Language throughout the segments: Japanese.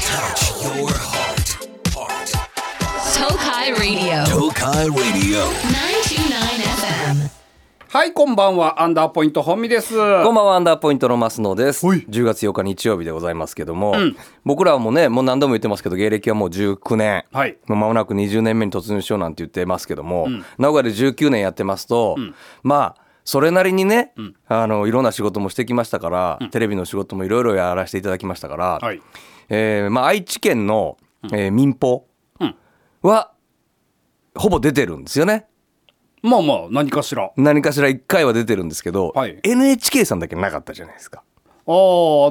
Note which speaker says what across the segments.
Speaker 1: Touch your heart. Heart.
Speaker 2: Tokai Radio
Speaker 1: 東海 Radio.
Speaker 2: 929 FM
Speaker 3: はい、こんばんは。アンダーポイント本美です。
Speaker 4: こんばんはアンダーポイントの増野です。
Speaker 3: はい
Speaker 4: 10月8日日曜日でございますけども、僕らはもうねもう何度も言ってますけど芸歴はもう19年、
Speaker 3: はい
Speaker 4: もう間もなく20年目に突入しようなんて言ってますけども、名古屋で19年やってますと、まあそれなりにね、あのいろんな仕事もしてきましたから、テレビの仕事もいろいろやらせていただきましたから、
Speaker 3: はい
Speaker 4: えーまあ、愛知県の、えー民放
Speaker 3: うん
Speaker 4: は、ほぼ出てるんですよね。
Speaker 3: まあまあ、何かしら。ああ、
Speaker 4: 何かしら1回は出てるんですけど、
Speaker 3: はい
Speaker 4: NHK さんだけなかったじゃないですか。
Speaker 3: あの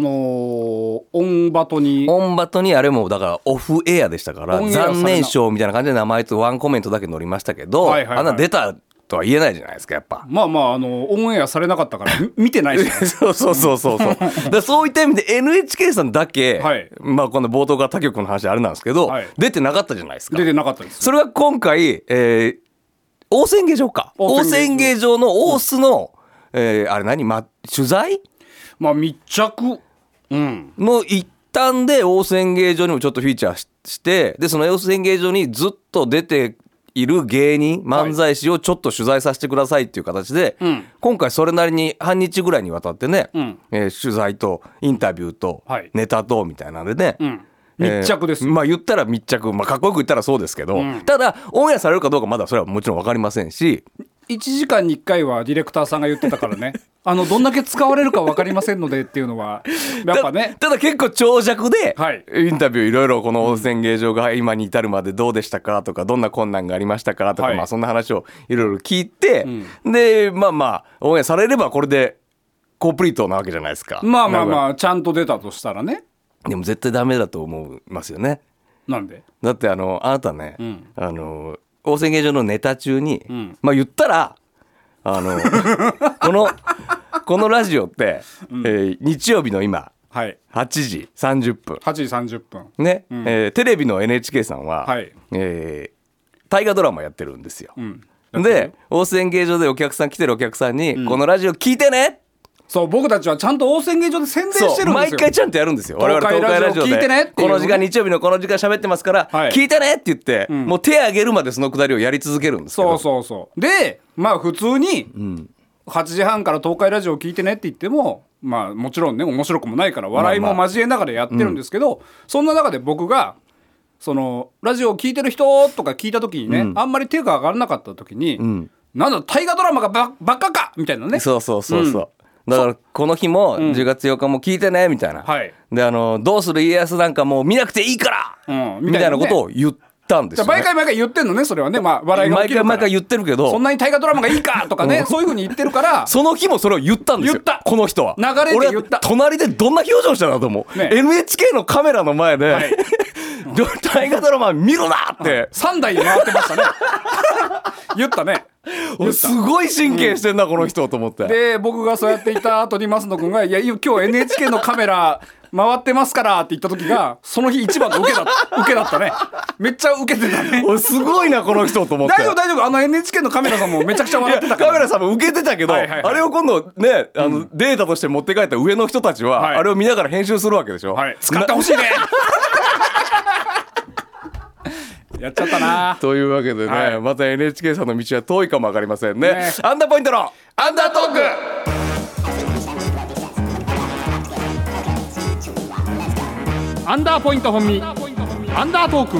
Speaker 3: ー、オンバトに。
Speaker 4: オンバトにあれもだからオフエアでしたから
Speaker 3: オンエアされな
Speaker 4: 残念賞みたいな感じで名前とワンコメントだけ載りましたけど、
Speaker 3: はいはいはい
Speaker 4: あんな出たとは言えないじゃないですかやっぱ。
Speaker 3: まあまあ、あのー、オンエアされなかったから、み見てないしね。
Speaker 4: そうそうそうそうそう。だからそういった意味で NHK さんだけ、
Speaker 3: はい
Speaker 4: まあこの冒頭から他局の話であれなんですけど、
Speaker 3: はい
Speaker 4: 出てなかったじゃないですか
Speaker 3: 出。てなかったです。
Speaker 4: それが今回、えー、大仙芸場か。
Speaker 3: 大
Speaker 4: 大
Speaker 3: 仙
Speaker 4: 仙
Speaker 3: 芸
Speaker 4: 芸場の大須の、えーあれ何、ま、取材
Speaker 3: まあ、密着。うん。
Speaker 4: の一端で大仙芸場にもちょっとフィーチャーししてでその大仙芸場にずっと出ている芸人漫才師をちょっと取材させてくださいっていう形で、
Speaker 3: ん
Speaker 4: 今回それなりに半日ぐらいにわたってね、
Speaker 3: ん
Speaker 4: えー取材とインタビューと
Speaker 3: はい
Speaker 4: ネタとみたいなんでね、
Speaker 3: うん。密着です。
Speaker 4: えーまあ言ったら密着、まあ、かっこよく言ったらそうですけど、ただオンエアされるかどうかまだそれはもちろん分かりませんし
Speaker 3: 1時間に1回はディレクターさんが言ってたから ね。あの、どんだけ使われるか分かりませんのでっていうのは、やっぱね。
Speaker 4: たただ結構長尺で、
Speaker 3: はい
Speaker 4: インタビューいろいろこの温泉芸場が今に至るまでどうでしたかとかどんな困難がありましたかとか、
Speaker 3: はい
Speaker 4: まあそんな話をいろいろ聞いて、でまあまあオンエアされればこれでコンプリートなわけじゃないですか
Speaker 3: まあまあ
Speaker 4: なん
Speaker 3: まあ、ちゃんと出たとしたらね。
Speaker 4: かでも絶対ダメだと思いますよね
Speaker 3: なんで。
Speaker 4: だってあのあなたね、あの温泉芸場のネタ中に、
Speaker 3: ん
Speaker 4: まあ言ったら あのこのこのラジオって、えー日曜日の今
Speaker 3: はい。
Speaker 4: 8時30分
Speaker 3: 8時30分。
Speaker 4: ね、えーテレビの NHK さんは、
Speaker 3: はい
Speaker 4: えー大河ドラマやってるんですよ。
Speaker 3: うん。
Speaker 4: で大仙芸場でお客さん来てるお客さんに、このラジオ聞いてね
Speaker 3: そう、僕たちはちゃんと応戦芸場で宣伝してるんです
Speaker 4: 毎
Speaker 3: よ。
Speaker 4: 回ちゃんとやるんですよ我々
Speaker 3: 東
Speaker 4: 東
Speaker 3: 海
Speaker 4: 海
Speaker 3: ラ
Speaker 4: ラ
Speaker 3: ジ
Speaker 4: ジ
Speaker 3: オ
Speaker 4: オで
Speaker 3: 聞いてねっていう
Speaker 4: この時間日曜日のこの時間喋ってますから、
Speaker 3: はい
Speaker 4: 聞いてねって言って、もう手挙げるまでそのくだりをやり続けるんですけ
Speaker 3: そう
Speaker 4: ど
Speaker 3: そうそうでまあ普通に8時半から東海ラジオ聞いてねって言ってもまあもちろんね面白くもないから笑いも交えながらやってるんですけど、そんな中で僕がそのラジオを聞いてる人とか聞いた時にね、あんまり手が上がらなかった時に、なんだ大河ドラマがばばっかかみたいなね
Speaker 4: そうそうそうそう。だからこの日も10月8日も聞いてねみたいな、
Speaker 3: はい
Speaker 4: であの「どうする家康」なんかもう見なくていいから、
Speaker 3: うんみ
Speaker 4: み
Speaker 3: たい
Speaker 4: た
Speaker 3: ないね
Speaker 4: なことを言ったんで
Speaker 3: じ
Speaker 4: す
Speaker 3: ゃ
Speaker 4: よ、
Speaker 3: あ
Speaker 4: ね、
Speaker 3: 毎回毎回言ってんのねそれはねまあ笑いが起
Speaker 4: 毎
Speaker 3: きるか
Speaker 4: 回
Speaker 3: ら
Speaker 4: 毎回言ってるけど
Speaker 3: そんなに大河ドラマがいいかとかね、そういうふうに言ってるから
Speaker 4: その日もそれを言ったんですよ
Speaker 3: 言った
Speaker 4: この人は
Speaker 3: 流れで言った
Speaker 4: 俺隣でどんな表情したんだと思う、
Speaker 3: ね
Speaker 4: NHK のカメラの前で、
Speaker 3: はい
Speaker 4: 大河ドラマ見ろなって
Speaker 3: 3台に回ってましたね 言ったね
Speaker 4: 俺すごい神経してんな、この人と思って
Speaker 3: で僕がそうやっていた後に増野君が「いや今日 NHK のカメラ回ってますから」って言った時がその日一番の受けだ受けだったねめっちゃ受けてた ね
Speaker 4: 俺すごいなこの人と思って
Speaker 3: 大丈夫大丈夫あの NHK のカメラさんもめちゃくちゃ笑ってたか
Speaker 4: カメ
Speaker 3: ら
Speaker 4: ラさんも受けてたけど、
Speaker 3: はいはいはい
Speaker 4: あれを今度ねあの、データとして持って帰った上の人たちは、
Speaker 3: はい
Speaker 4: あれを見ながら編集するわけでしょ、
Speaker 3: はい使ってほしいねやっちゃったな
Speaker 4: というわけでね、
Speaker 3: はい
Speaker 4: また NHK さんの道は遠いかもわかりませんね
Speaker 3: ね
Speaker 4: アンダーポイントのアンダートーク
Speaker 3: アンダーポイント本身アンダートーク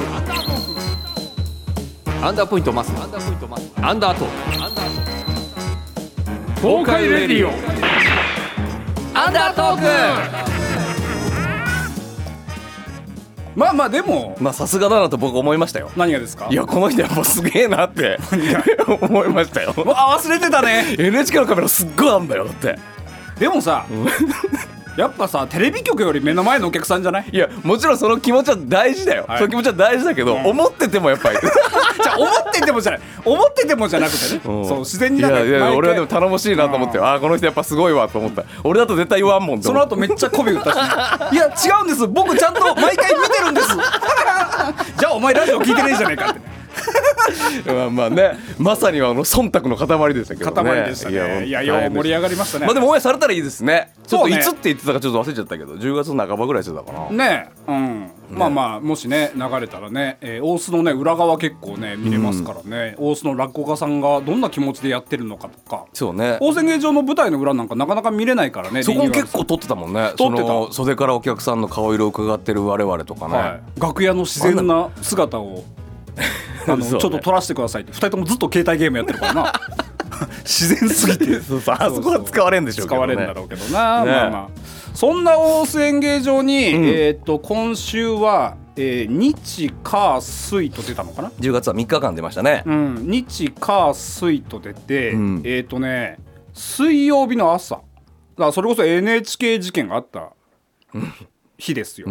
Speaker 4: アンダーポイントマスアンダーポイントマスアンダートー
Speaker 3: 東海レディオ
Speaker 4: アンダートーク
Speaker 3: まあまあでも
Speaker 4: まあさすがだなと僕思いましたよ
Speaker 3: 何がですか
Speaker 4: いやこの人やっぱすげえなって 思いましたよ
Speaker 3: あ忘れてたね
Speaker 4: NHK のカメラすっごいあんだよだって
Speaker 3: でもさ、やっぱさテレビ局より目の前のお客さんじゃない
Speaker 4: いやもちろんその気持ちは大事だよ、
Speaker 3: はい
Speaker 4: その気持ちは大事だけど、思っててもやっ ぱり
Speaker 3: じゃあ思っててもじゃない思っててもじゃなくてねそう自然に
Speaker 4: い
Speaker 3: なんか
Speaker 4: やいや
Speaker 3: 毎回
Speaker 4: 俺はでも頼もしいなと思ってああーこの人やっぱすごいわと思った俺だと絶対言わんもんと
Speaker 3: そ
Speaker 4: 思
Speaker 3: の
Speaker 4: って
Speaker 3: 後めっちゃ媚び打ったし ねいや違うんです僕ちゃんと毎回見てるんです じゃあお前ラジオ聞いてねえじゃねえかってね
Speaker 4: まあまあねまさにあの忖度の塊でしたけどね
Speaker 3: 塊でしたねいやよう盛り上がりましたね
Speaker 4: まあでも応援されたらいいですねちょっ
Speaker 3: そう
Speaker 4: と
Speaker 3: ね
Speaker 4: いつって言ってたかちょっと忘れちゃったけど10月の半ばぐらいしてたかな
Speaker 3: ねえうんまあまあもしね流れたらね、えー大須のね裏側結構ね見れますからね、大須の落語家さんがどんな気持ちでやってるのかとか
Speaker 4: そうね
Speaker 3: 大仙芸場の舞台の裏なんかなかなか見れないからね
Speaker 4: そこ
Speaker 3: リ
Speaker 4: も
Speaker 3: ニューアル
Speaker 4: 結構撮ってたもんね
Speaker 3: 撮ってた
Speaker 4: その袖からお客さんの顔色を伺ってる我々とかね、
Speaker 3: はい、楽屋の自然な姿をあの、
Speaker 4: そうね
Speaker 3: ちょっと撮らせてくださいって2人ともずっと携帯ゲームやってるからな自然すぎて
Speaker 4: そうそうあそこは使われんでしょうけ
Speaker 3: 使
Speaker 4: ど
Speaker 3: わ
Speaker 4: ね
Speaker 3: れるんだろうけどな、
Speaker 4: ね
Speaker 3: まあまあそんな大須演芸場に、えーっと今週は、えー日火水と出たのかな
Speaker 4: 10月は3日間出ましたね、
Speaker 3: うん日火水と出て、
Speaker 4: ん
Speaker 3: えーっとね水曜日の朝だからそれこそ NHK 事件があった日ですよ、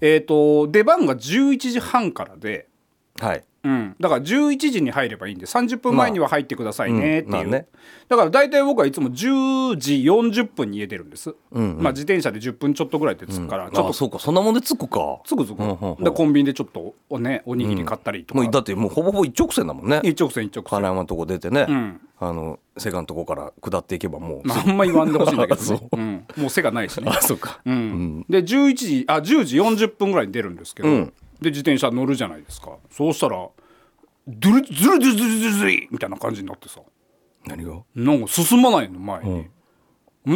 Speaker 3: えーっと出番が11時半からで
Speaker 4: はい
Speaker 3: うん、だから11時に入ればいいんで30分前には入ってくださいねっていう、
Speaker 4: まあうんまあね
Speaker 3: だから大体僕はいつも10時40分に家出るんです、まあ、自転車で10分ちょっとぐらいで着くから、ちょっ
Speaker 4: あ
Speaker 3: と
Speaker 4: そうかそんなもんでつくか
Speaker 3: すぐすぐ、
Speaker 4: うんうんうん
Speaker 3: でコンビニでちょっとお,、ね、おにぎり買ったりとか、
Speaker 4: もうだってもうほぼほぼ一直線だもんね
Speaker 3: 一直線一直線、
Speaker 4: 金山のとこ出てね、
Speaker 3: ん
Speaker 4: あのセガのとこから下っていけばもう
Speaker 3: まあ、あんま言わんでほしいんだけど、
Speaker 4: そ
Speaker 3: ねうん、もう背がないしね
Speaker 4: あそうか
Speaker 3: うんで11時あ10時40分ぐらいに出るんですけど、
Speaker 4: うん
Speaker 3: で自転車乗るじゃないですかそうしたらドゥルズルズルズルズルズリみたいな感じになってさ
Speaker 4: 何が
Speaker 3: なんか進まないの前に、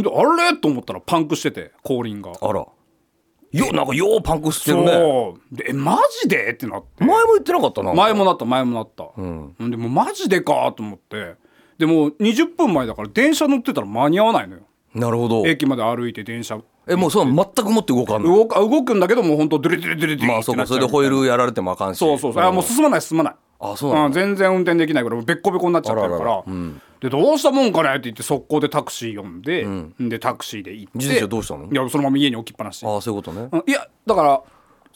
Speaker 3: んであれと思ったらパンクしてて後輪が
Speaker 4: あらよなんかようパンクしてるね
Speaker 3: そうでえマジでってなって
Speaker 4: 前も言ってなかったな
Speaker 3: 前もなった前もなった、ん、でもうマジでかと思ってでもう20分前だから電車乗ってたら間に合わないのよ
Speaker 4: なるほど
Speaker 3: 駅まで歩いて電車
Speaker 4: えもうその全くもって動かんの
Speaker 3: 動か動くんだけどもう本当ドゥルドゥルドゥルドゥル
Speaker 4: まあ
Speaker 3: って
Speaker 4: そう
Speaker 3: なっ
Speaker 4: か
Speaker 3: ちゃ
Speaker 4: そ
Speaker 3: う
Speaker 4: れでホイールやられてもあかんし
Speaker 3: そうそうそうあもう進まない進まない
Speaker 4: あそうなんだ
Speaker 3: 全然運転できないからべっこべこになっちゃってるから
Speaker 4: あららら
Speaker 3: でどうしたもんかねって言って速攻でタクシー呼んで、でタクシーで行って
Speaker 4: 自転車どうしたの
Speaker 3: いやそのまま家に置きっぱなし
Speaker 4: ああそういうことね
Speaker 3: うんいやだから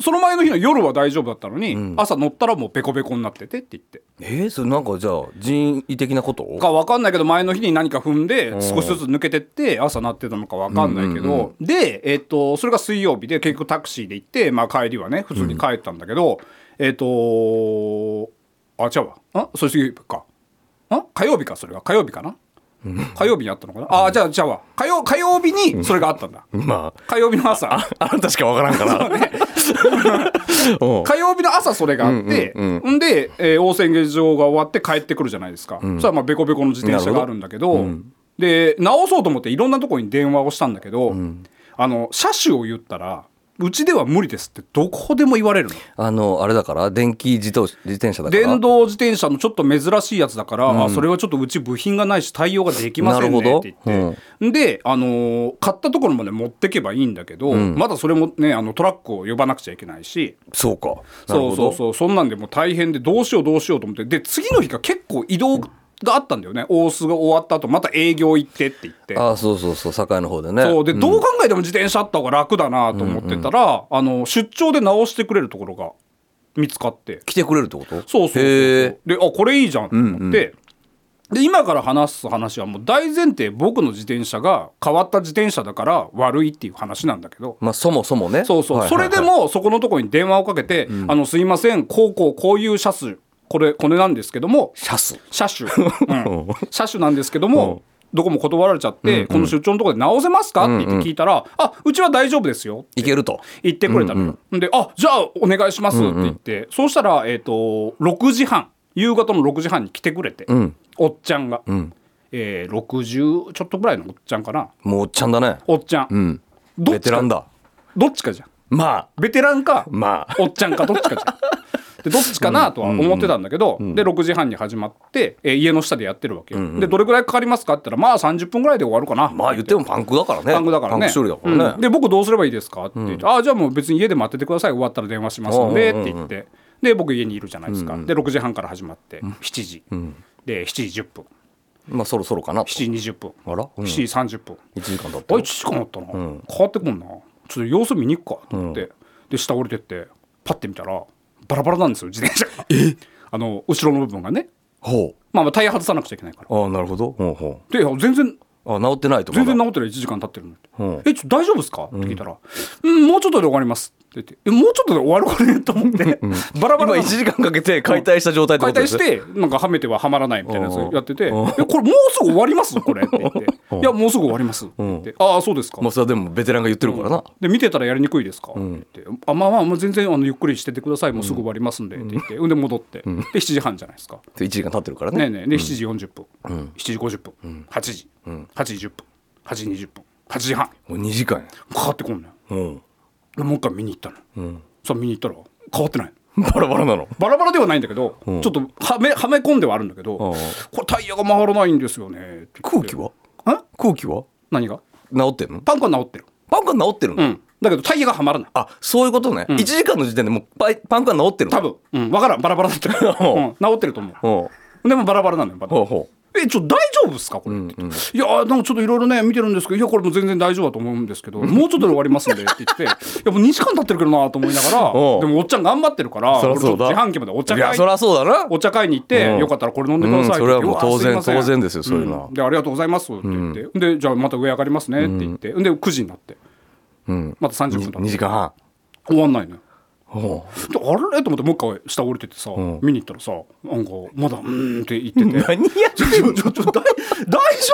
Speaker 3: その前の日の夜は大丈夫だったのに、朝乗ったらもうべこべこになっててって言って
Speaker 4: えー、それなんかじゃあ人為的なこと
Speaker 3: か分かんないけど前の日に何か踏んで少しずつ抜けてって朝なってたのか分かんないけど、で、えっとそれが水曜日で結局タクシーで行って、まあ、帰りはね普通に帰ったんだけど、えっとあ違うわんそれ水曜日かん火曜日かそれが火曜日かな火曜日にあったのかなあじゃあじゃあわ火曜火曜日にそれがあったんだ
Speaker 4: まあ
Speaker 3: 火曜日の朝
Speaker 4: あなたしかわからんから、 うん
Speaker 3: 火曜日の朝それがあって、
Speaker 4: うんうん
Speaker 3: んで、えー、温泉劇場が終わって帰ってくるじゃないですか、そしたらまあベコベコの自転車があるんだけどで直そうと思っていろんなところに電話をしたんだけど、あの車種を言ったらうちでは無理ですってどこでも言われるの
Speaker 4: あのあれだから電気自動自転車だから
Speaker 3: 電動自転車のちょっと珍しいやつだから、あそれはちょっとうち部品がないし対応ができませんね
Speaker 4: なるほど
Speaker 3: って言って、で、あのー買ったところまで持ってけばいいんだけど、まだそれもねあのトラックを呼ばなくちゃいけないし
Speaker 4: そうかなる
Speaker 3: そう
Speaker 4: ほ
Speaker 3: そ
Speaker 4: ど
Speaker 3: うそうそんなんでもう大変でどうしようどうしようと思ってで次の日が結構移動があったんだよね大須が終わった後また営業行ってって言って
Speaker 4: ああそうそうそう境の方でね
Speaker 3: そうでどう考えても自転車あった方が楽だなと思ってたら、あの出張で直してくれるところが見つかって
Speaker 4: 来てくれるってこ
Speaker 3: そ
Speaker 4: と
Speaker 3: うそうそうそう
Speaker 4: へ
Speaker 3: で
Speaker 4: え
Speaker 3: あこれいいじゃんと思って、で今から話す話はもう大前提僕の自転車が変わった自転車だから悪いっていう話なんだけど
Speaker 4: まあそもそもね
Speaker 3: そうそう、
Speaker 4: はいはいはい
Speaker 3: それでもそこのところに電話をかけて、あのすいませんこうこうこういう車種これこれなんですけども
Speaker 4: シャス
Speaker 3: 車 種、うん車種なんですけども、どこも断られちゃって、この出張のところで直せますか、って言って聞いたら、あうちは大丈夫ですよ
Speaker 4: いけると
Speaker 3: 言ってくれたのよ、で「あじゃあお願いします」って言って、そうしたら、えー、と6時半夕方の6時半に来てくれて、おっちゃんが、えー60ちょっとぐらいのおっちゃんかな
Speaker 4: もうおっちゃんだね
Speaker 3: おっちゃん、
Speaker 4: うん
Speaker 3: どっ
Speaker 4: ベ
Speaker 3: ち
Speaker 4: テ
Speaker 3: か
Speaker 4: ランだ
Speaker 3: どっちかじゃん
Speaker 4: まあ
Speaker 3: ベテランか、
Speaker 4: まあ
Speaker 3: おっちゃんかどっちかじゃん。でどっちかなとは思ってたんだけど、で6時半に始まって、えー家の下でやってるわけよ、でどれぐらいかかりますかって言ったらまあ30分ぐらいで終わるかな
Speaker 4: まあ言ってもパンクだからね
Speaker 3: パンクだからね
Speaker 4: パンク処理だからね、
Speaker 3: うんで僕どうすればいいですかって言って、ああじゃあもう別に家で待っててください終わったら電話しますのでっ
Speaker 4: うんうんうん
Speaker 3: て言ってで僕家にいるじゃないですか、で6時半から始まって7時、で7時10分
Speaker 4: まあそろそろかなと
Speaker 3: 7時20分、
Speaker 4: あら、うん、1
Speaker 3: 7時30分
Speaker 4: 時間だっ
Speaker 3: あ
Speaker 4: た
Speaker 3: 1時間あったな、変わってこんなちょっと様子見に行くかと思って、で下降りてってパッて見たらバラバラなんですよ自転車があの後ろの部分がね
Speaker 4: ほ
Speaker 3: まあまあタイヤ外さなくちゃいけないから
Speaker 4: うああなるほどほうほ
Speaker 3: で全然
Speaker 4: うあ治ってないとま
Speaker 3: 全
Speaker 4: だ
Speaker 3: 然治ってない1時間経ってるのに、
Speaker 4: うん
Speaker 3: えちょっと大丈夫ですか?」って聞いたら「うん、もうちょっとで終わります」言ってえもうちょっとで終わるかねと思って、バラバ
Speaker 4: 今
Speaker 3: ラな
Speaker 4: 1時間かけて解体した状態ってこ
Speaker 3: 解
Speaker 4: とで
Speaker 3: 体
Speaker 4: す
Speaker 3: してなんかはめてははまらないみたいなやつ
Speaker 4: うん
Speaker 3: やってて「え
Speaker 4: うん
Speaker 3: これもうすぐ終わりますこれ」って言って「いやもうすぐ終わります」って言って「ああそうですか」
Speaker 4: もうそれはでもベテランが言ってるからな、
Speaker 3: で見てたらやりにくいですか?」って言って「あまあまあまあ全然あのゆっくりしててくださいもうすぐ終わりますんで」って言って、うん、で戻って、で7時半じゃないですか。
Speaker 4: で1時間経ってるからね
Speaker 3: ねえねえで7時40分、7時50分、8時、8時10分8時20分8時半
Speaker 4: もう2時間や
Speaker 3: かかってこんねん
Speaker 4: うん
Speaker 3: でもう一回見に行ったの、そう見に行ったら変わってない
Speaker 4: バラバラなの
Speaker 3: バラバラではないんだけど、ちょっとはめはめ込んではあるんだけど、
Speaker 4: ん
Speaker 3: これタイヤが回らないんですよねって言
Speaker 4: 空
Speaker 3: って
Speaker 4: 気は
Speaker 3: え
Speaker 4: 空気は
Speaker 3: 何が
Speaker 4: 治ってんの
Speaker 3: パンクは治ってる
Speaker 4: パンクは治ってるの、
Speaker 3: うんだけどタイヤがはまらない
Speaker 4: あそういうことね、一1時間の時点でもうパイパンクは治ってるの
Speaker 3: 多分、うん、分からんバラバラだったから、
Speaker 4: ほ う
Speaker 3: うん、治ってると思う
Speaker 4: ほ
Speaker 3: でもバラバラなのよま
Speaker 4: う
Speaker 3: だ
Speaker 4: ほうほ
Speaker 3: えちょ大丈夫ですかこれ」って言って、いやーなんかちょっといろいろね見てるんですけどいやこれもう全然大丈夫だと思うんですけ どもうちょっとで終わりますんで」って言って「いやもう2時間経ってるけどな」と思いながら
Speaker 4: おう
Speaker 3: でもおっちゃん頑張ってるから
Speaker 4: そりゃ
Speaker 3: 俺ちょ
Speaker 4: そ
Speaker 3: っ
Speaker 4: う
Speaker 3: と
Speaker 4: だ
Speaker 3: 自販機までお茶
Speaker 4: ういや
Speaker 3: 会
Speaker 4: そりゃそうだな
Speaker 3: お茶会に行って、
Speaker 4: うん
Speaker 3: よかったらこれ飲んでく
Speaker 4: う
Speaker 3: だ
Speaker 4: ん
Speaker 3: さいって言
Speaker 4: それ
Speaker 3: って、
Speaker 4: はもう当然当然ですよそういうのは
Speaker 3: でありがとうございますって言って、でじゃあまた上上がりますねって言って、で9時になって
Speaker 4: うん
Speaker 3: また30分経っ
Speaker 4: 2
Speaker 3: て
Speaker 4: 時間半
Speaker 3: 終わんないのよ
Speaker 4: ほ
Speaker 3: であれと思ってもう一回下降りてってさ、
Speaker 4: ん
Speaker 3: 見に行ったらさなんかまだうーんって言ってて
Speaker 4: う何やってんの
Speaker 3: ちょちょ大大丈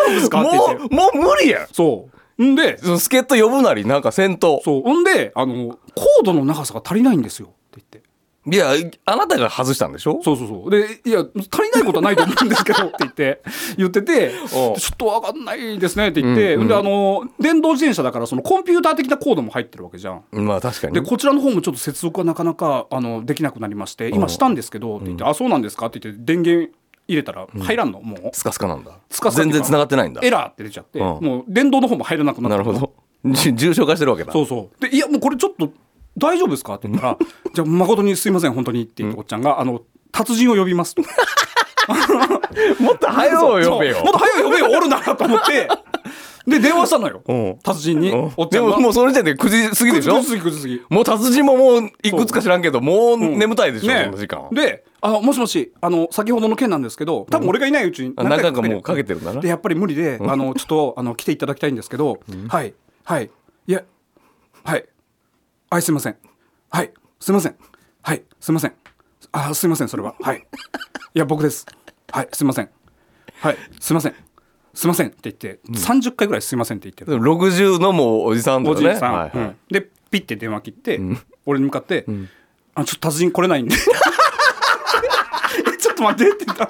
Speaker 3: 夫ですかって言って
Speaker 4: もうもう無理やん
Speaker 3: そうんで
Speaker 4: その助っ人呼ぶなりなんか戦闘
Speaker 3: そうんであのコードの長さが足りないんですよって言って
Speaker 4: いやあなたが外したんでしょ
Speaker 3: そうそうそうでいや足りないことはないと思うんですけどって言って言っててち
Speaker 4: お
Speaker 3: ょ
Speaker 4: う
Speaker 3: っとわかんないですねって言って、
Speaker 4: うんうん
Speaker 3: であの電動自転車だからそのコンピューター的なコードも入ってるわけじゃん。
Speaker 4: まあ確かに
Speaker 3: でこちらの方もちょっと接続がなかなかあのできなくなりまして今したんですけどって言って「あそうなんですか?」って言って電源入れたら入らんの、もう
Speaker 4: スカスカなんだ
Speaker 3: スカスカっていう
Speaker 4: 全
Speaker 3: か
Speaker 4: 然繋がってないんだ
Speaker 3: エラーって出ちゃって、
Speaker 4: うん
Speaker 3: もう電動の方も入らなくな
Speaker 4: な
Speaker 3: っ
Speaker 4: る
Speaker 3: て
Speaker 4: ほどじ重症化してるわけだ
Speaker 3: そうそう。で、いや、もうこれちょっと大丈夫ですかって言 ったら、じゃあ誠にすいません、本当にって言って、おっちゃんが、あの、達人を呼びますと。
Speaker 4: もっと早う
Speaker 3: そう
Speaker 4: 呼べよ
Speaker 3: もっと早い呼べよ、おるなと思 って、で、電話したのよ
Speaker 4: うん。
Speaker 3: 達人に。お
Speaker 4: うん
Speaker 3: っちゃ
Speaker 4: で
Speaker 3: んが。
Speaker 4: ももうその時点で9時過ぎでしょ
Speaker 3: ぐずぐずぐずぐず
Speaker 4: もう達人ももういくつか知らんけどもう眠たいでしょ、
Speaker 3: ね
Speaker 4: その時間
Speaker 3: であのもしもしあの先ほどの件なんですけど多分俺がいないうちに
Speaker 4: あ
Speaker 3: 何回
Speaker 4: 何回かもうかけてるんだな
Speaker 3: でやっぱり無理であのちょっとあの来ていただきたいんですけど、はいはいいやはいはいすいませんはいすいませんはいすいませんあすいませんそれははいいや僕ですはいすいませんはいすいませんすいませんって言って、30回ぐらいすいませんって言ってる
Speaker 4: でも60のもうおじさんだ
Speaker 3: お
Speaker 4: よ
Speaker 3: じ
Speaker 4: ね
Speaker 3: いさん、
Speaker 4: はいはい
Speaker 3: うんでピッて電話切って、俺に向かって、あ「ちょっと達人来れないんで」 えちょっと待って」ってなって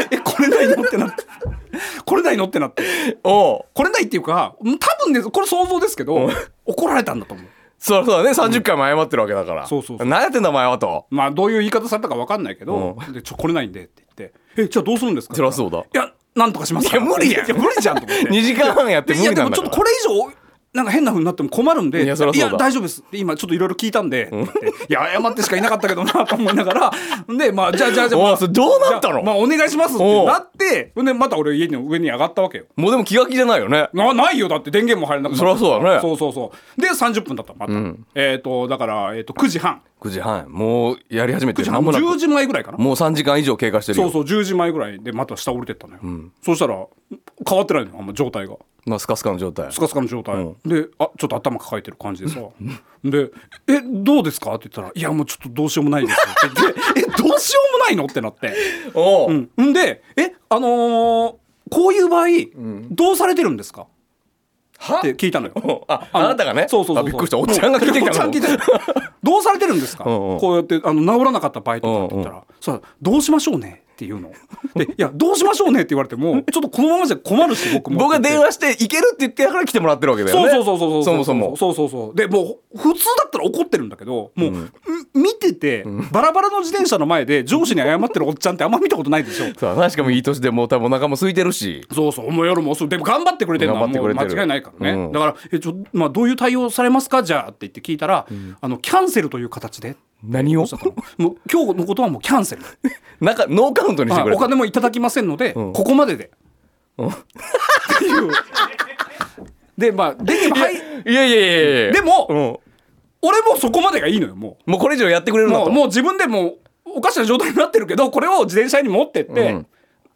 Speaker 3: 「え来れないの?」ってなって「来れないの?」ってなって
Speaker 4: おう
Speaker 3: 来れないっていうか多分ねこれ想像ですけど怒られたんだと思う。
Speaker 4: そうそうだね30回も謝ってるわけだから、
Speaker 3: そうそうそう
Speaker 4: 何やってんだお前はと
Speaker 3: まあどういう言い方されたか分かんないけど「でちょ来れないんで」って言って「えじゃあどうするんですか?」
Speaker 4: そりゃそうだ
Speaker 3: いやなんとかしますから
Speaker 4: いや無理やん
Speaker 3: いや無理じゃん」と思って
Speaker 4: 2時間半やって
Speaker 3: で
Speaker 4: 無
Speaker 3: いや
Speaker 4: 理
Speaker 3: で
Speaker 4: な
Speaker 3: も
Speaker 4: んだ
Speaker 3: ち
Speaker 4: か
Speaker 3: ょっと
Speaker 4: ら
Speaker 3: これ以上なんか変なふうになっても困るんで
Speaker 4: いやそりゃそうだ
Speaker 3: 大丈夫ですで今ちょっといろいろ聞いたんで、っていや謝ってしかいなかったけどなと思いながらでまあじゃあじゃあじゃあ、
Speaker 4: お
Speaker 3: ま
Speaker 4: うそれどうなった
Speaker 3: あ
Speaker 4: の
Speaker 3: まあお願いしますっ
Speaker 4: お
Speaker 3: て
Speaker 4: う
Speaker 3: なってでまた俺家の上に上がったわけよ
Speaker 4: もうでも気が気じゃないよね
Speaker 3: なないよだって電源も入らなくな
Speaker 4: そりゃそうだね
Speaker 3: そうそうそうで30分だったまた、えっ、とだから、えー、と9時半
Speaker 4: 9時半もうやり始めて
Speaker 3: 9時
Speaker 4: 間
Speaker 3: 半
Speaker 4: もなく
Speaker 3: 10時前ぐらいかな
Speaker 4: もう3時間以上経過してるよ
Speaker 3: そうそう10時前ぐらいでまた下降りてったのよ、そうしたら変わってないのよあんま状態が
Speaker 4: まあ、スカスカの状態
Speaker 3: スカスカの状態、
Speaker 4: うん
Speaker 3: であちょっと頭抱えてる感じでさ で「えどうですか?」って言ったら「いやもうちょっとどうしようもないです」って言って「えどうしようもないの?」ってなって、
Speaker 4: おう
Speaker 3: うん、んで「えあのーこういう場合、どうされてるんですか?」
Speaker 4: は
Speaker 3: って聞いたのよ
Speaker 4: おうあ
Speaker 3: の
Speaker 4: あなたがね
Speaker 3: そうそうそうそう
Speaker 4: あびっくりしたおっちゃんが聞いてき
Speaker 3: お
Speaker 4: たの
Speaker 3: っちゃん聞いてきたどうされてるんですか
Speaker 4: うんうん
Speaker 3: こうやってあの治らなかった場合とかって言ったら、そうどうしましょうねっていうのでいやどうしましょうねって言われてもちょっとこのままじゃ困るし僕も
Speaker 4: 僕が電話して行けるって言ってやから来てもらってるわけだよね
Speaker 3: そうそうそうそう
Speaker 4: そもそも
Speaker 3: そうそうそうでもう普通だったら怒ってるんだけどもう、み見ててバラバラの自転車の前で上司に謝ってるおっちゃんってあんま見たことないでしょ
Speaker 4: さあ確かもいい年でもう多分お腹も空いてるし
Speaker 3: そうそうもう夜も遅いでも頑張ってくれてるのは
Speaker 4: 頑張って
Speaker 3: も
Speaker 4: く
Speaker 3: う
Speaker 4: れ
Speaker 3: 間
Speaker 4: てる
Speaker 3: 違いないからね、
Speaker 4: うん
Speaker 3: だからえちょ、まあ、どういう対応されますかじゃあって言って聞いたら、あのキャンセルという形で
Speaker 4: 何を
Speaker 3: もう今日のことはもうキャンセル
Speaker 4: なんかノーカウントにして
Speaker 3: あ
Speaker 4: くれ
Speaker 3: お
Speaker 4: た
Speaker 3: 金もいただきませんので、ここまでで、っていうでまあできればはい
Speaker 4: いやいやいやいや
Speaker 3: でも
Speaker 4: うん
Speaker 3: 俺もそこまでがいいのよもう
Speaker 4: もうこれ以上やってくれるな
Speaker 3: もう
Speaker 4: と
Speaker 3: もう自分でもうおかしな状態になってるけどこれを自転車に持ってって、
Speaker 4: うん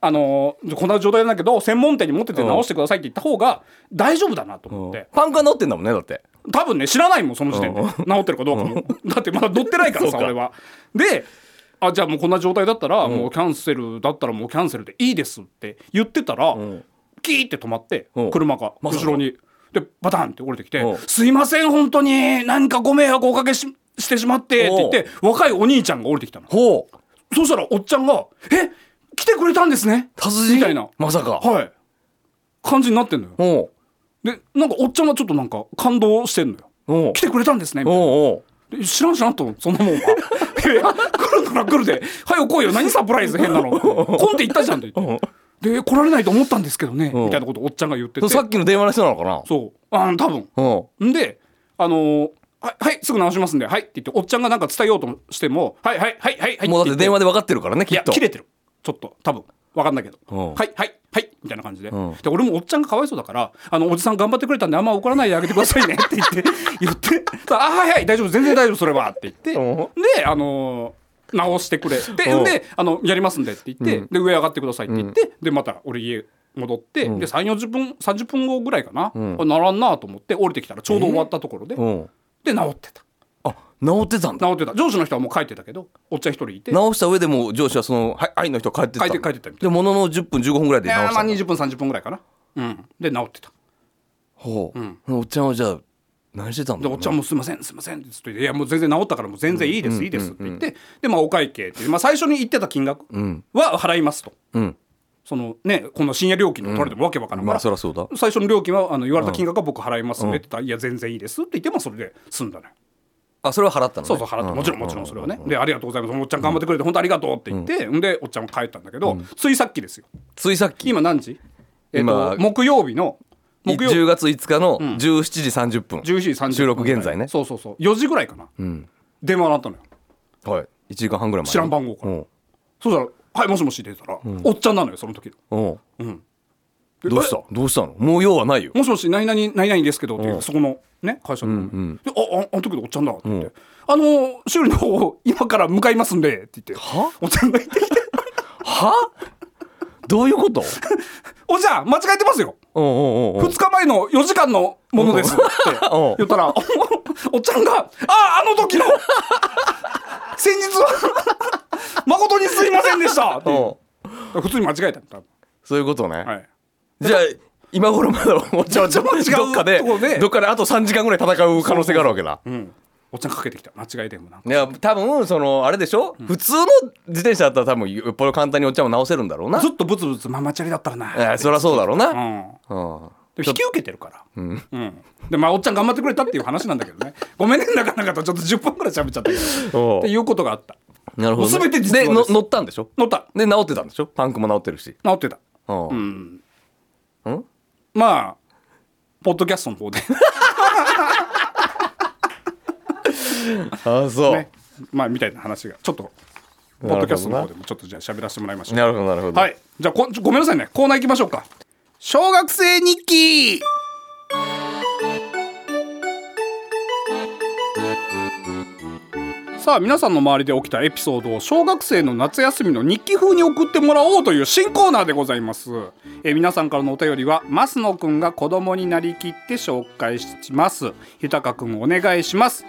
Speaker 3: あのーこんな状態だけど専門店に持ってって直してくださいって言った方が大丈夫だなと思って、
Speaker 4: パンクは乗ってんだもんねだって
Speaker 3: 多分ね知らないもんその時点で治ってるかどうかもだってまだ乗ってないから
Speaker 4: そ
Speaker 3: さ
Speaker 4: うか
Speaker 3: 俺はであじゃあもうこんな状態だったら、もうキャンセルだったらもうキャンセルでいいですって言ってたら、キーって止まって
Speaker 4: うん
Speaker 3: 車が
Speaker 4: まさか
Speaker 3: 後ろにでバタンって降りてきて
Speaker 4: うん
Speaker 3: 「すいません本当に何かご迷惑をおかけししてしまって」って言って若いお兄ちゃんが降りてきたの
Speaker 4: ほう
Speaker 3: そしたらおっちゃんが「え来てくれたんですね」
Speaker 4: 達人
Speaker 3: みたいな
Speaker 4: まさか
Speaker 3: はい感じになってんのよ
Speaker 4: ほ
Speaker 3: でなんかおっちゃんがちょっとなんか感動してんのよ
Speaker 4: うほう
Speaker 3: 来てくれたんですねみたいな
Speaker 4: ほう
Speaker 3: で知らん知らんと思うそんな もんはいや来るなら来るで「はいおこいよ何サプライズ変なの」コンって言ったじゃん」って言って「で来られないと思ったんですけどね」
Speaker 4: ん
Speaker 3: みたいなことをおっちゃんが言って
Speaker 4: ほう
Speaker 3: て
Speaker 4: さっきの電話の人なのかな
Speaker 3: そうあー多分
Speaker 4: ほ
Speaker 3: んであのーはい、はい、すぐ直しますんで、はいって言って、おっちゃんがなんか伝えようとしても、はい、はい、はい、はい、は
Speaker 4: う
Speaker 3: い。
Speaker 4: もうだって電話
Speaker 3: で。
Speaker 4: で分かってるからね
Speaker 3: い
Speaker 4: き
Speaker 3: や、
Speaker 4: っと
Speaker 3: 切れてる。ちょっと、多分わかんないけど。
Speaker 4: う
Speaker 3: はい、
Speaker 4: ん
Speaker 3: はい、はい、みたいな感じで。
Speaker 4: ん
Speaker 3: で、俺もおっちゃんがかわいそうだから、あの、おじさん頑張ってくれたんで、あんま怒らないであげてください ねって言って、言って、あ、はい、はい、大丈夫、全然大丈夫、それはって言って、で、あのー直してくれて
Speaker 4: うん
Speaker 3: であのやりますんでって言って、で上上がってくださいって言って、でまた俺家戻って、で3 4 0分30分後ぐらいかな、あならんなと思って降りてきたらちょうど終わったところで、
Speaker 4: うん
Speaker 3: で治ってた
Speaker 4: あ治ってたんだ
Speaker 3: 治ってた上司の人はもう帰ってたけどおっちゃん一人いて
Speaker 4: 直した上でもう上司はそのはい愛の人帰ってった
Speaker 3: 帰って帰ってったみた
Speaker 4: でものの10分15分ぐらい
Speaker 3: い
Speaker 4: で直
Speaker 3: や
Speaker 4: し
Speaker 3: ま
Speaker 4: た
Speaker 3: あ
Speaker 4: んだ
Speaker 3: 20分30分ぐらいかな、うん、で治ってた
Speaker 4: ほう、おっちゃんはじゃあ何してたんだ
Speaker 3: で
Speaker 4: ろ
Speaker 3: お
Speaker 4: う
Speaker 3: っ
Speaker 4: ね
Speaker 3: ちゃんも「すいませんすいません」って言って「いやもう全然治ったからもう全然いいですいいです」って言ってでまあお会計っていうまあ最初に言ってた金額は払いますと。
Speaker 4: うん
Speaker 3: そのね、この深夜料金の取られてもわけわからんから、
Speaker 4: まあそりゃそうだ
Speaker 3: 最初の料金はあの言われた金額は僕払いますねって言ったら「いや全然いいです」って言ってもそれで済んだのよ
Speaker 4: あそれは払ったの、ね、
Speaker 3: そうそう払ってもちろんもちろんそれはね「でありがとうございますおっちゃん頑張ってくれて本当ありがとう」って言って、ん、でおっちゃんも帰ったんだけど、ついさっきですよ
Speaker 4: ついさっき
Speaker 3: 今何時、えっと
Speaker 4: 今
Speaker 3: 木曜日の木曜日
Speaker 4: 10月5日の17時30分、
Speaker 3: 11時30分
Speaker 4: 収録現在ね
Speaker 3: そうそうそう4時ぐらいかな、電話があったのよ
Speaker 4: はい1時間半ぐらい前に
Speaker 3: 知らん番号から
Speaker 4: うん
Speaker 3: そしたら「はいもしもし」って出たら、おっちゃんなのよその時の
Speaker 4: うん
Speaker 3: で
Speaker 4: どうしたどうしたのもう用はないよ
Speaker 3: もしもし、何々、何々ですけどっていう、そこのね、会社の。であ、あ、あの時のおっちゃんだって言って、あのー、修理の方、今から向かいますんで、って言って、
Speaker 4: は
Speaker 3: おっちゃんが言ってきて、
Speaker 4: はどういうこと
Speaker 3: おじゃん、間違えてますよ。
Speaker 4: うんうんうんうん
Speaker 3: 2日前の4時間のものですって
Speaker 4: うん
Speaker 3: 言ったら、 おっちゃんが、あ、あの時の、先日は、 誠にすいませんでしたっていう普通に間違えたんだ多
Speaker 4: そういうことね、
Speaker 3: 分はい。
Speaker 4: じゃあ今頃まだおっちゃんは
Speaker 3: ちょっと違う
Speaker 4: どっかで
Speaker 3: とこで
Speaker 4: どっかであと3時間ぐらい戦う可能性があるわけだ
Speaker 3: うん。おっちゃんかけてきた。間違えてもなんか。
Speaker 4: いや多分そのあれでしょ、普通の自転車だったら多分よっぽど簡単におっちゃんも直せるんだろうな
Speaker 3: ずっとブツブツママチャリだったらな。
Speaker 4: えーそりゃそうだろう
Speaker 3: う
Speaker 4: な、
Speaker 3: ん。
Speaker 4: うん
Speaker 3: でも引き受けてるから、うんでまあおっちゃん頑張ってくれたっていう話なんだけ どねごめんねなかなかとちょっと10分くらい喋っちゃったけ
Speaker 4: お
Speaker 3: ど
Speaker 4: う
Speaker 3: っていうことがあった
Speaker 4: なるほど、
Speaker 3: もう全て実話
Speaker 4: での
Speaker 3: です
Speaker 4: 乗ったんでしょ
Speaker 3: 乗った
Speaker 4: で治ってたんでしょパンクも治ってるし
Speaker 3: 治ってた
Speaker 4: うん、
Speaker 3: まあポッドキャストの方で
Speaker 4: ああそう、
Speaker 3: ねまあみたいな話がちょっとポッドキャストの方でもちょっとじゃあ喋らせてもらいましょう
Speaker 4: なるほどなるほど
Speaker 3: はいじゃあこちょごめんなさいねコーナー行きましょうか小学生日記さあ皆さんの周りで起きたエピソードを小学生の夏休みの日記風に送ってもらおうという新コーナーでございますえー皆さんからのお便りは増野くんが子供になりきって紹介します豊くんお願いします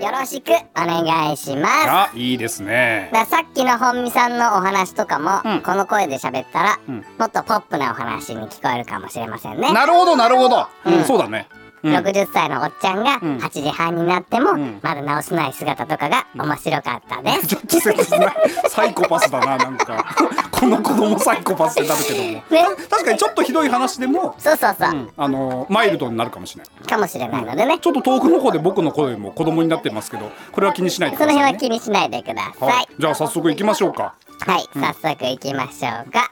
Speaker 5: よろしくお願いします。
Speaker 3: あいいですね
Speaker 5: だからさっきの本見さんのお話とかも、
Speaker 3: うん
Speaker 5: この声で喋ったら、
Speaker 3: ん
Speaker 5: もっとポップなお話に聞こえるかもしれませんね。
Speaker 3: なるほどなるほど、うん、そうだねうん
Speaker 5: 60歳のおっちゃんが
Speaker 3: ん
Speaker 5: 8時半になっても、
Speaker 3: ん
Speaker 5: まだ直せない姿とかが面白かったです。
Speaker 3: ちょっと切ないサイコパスだななんか この子供サイコパスってなるけども、た確かにちょっとひどい話でも、
Speaker 5: そうそうそう、
Speaker 3: あのマイルドになるかもしれない
Speaker 5: かもしれないのでね。
Speaker 3: ちょっと遠くの方で僕の声も子供になってますけどこれは気にしないでく
Speaker 5: そ
Speaker 3: だ
Speaker 5: の
Speaker 3: さい、ね、
Speaker 5: 辺は気にしないでください。
Speaker 3: じゃあ早速行きましょうか
Speaker 5: はい、早速行きましょうか。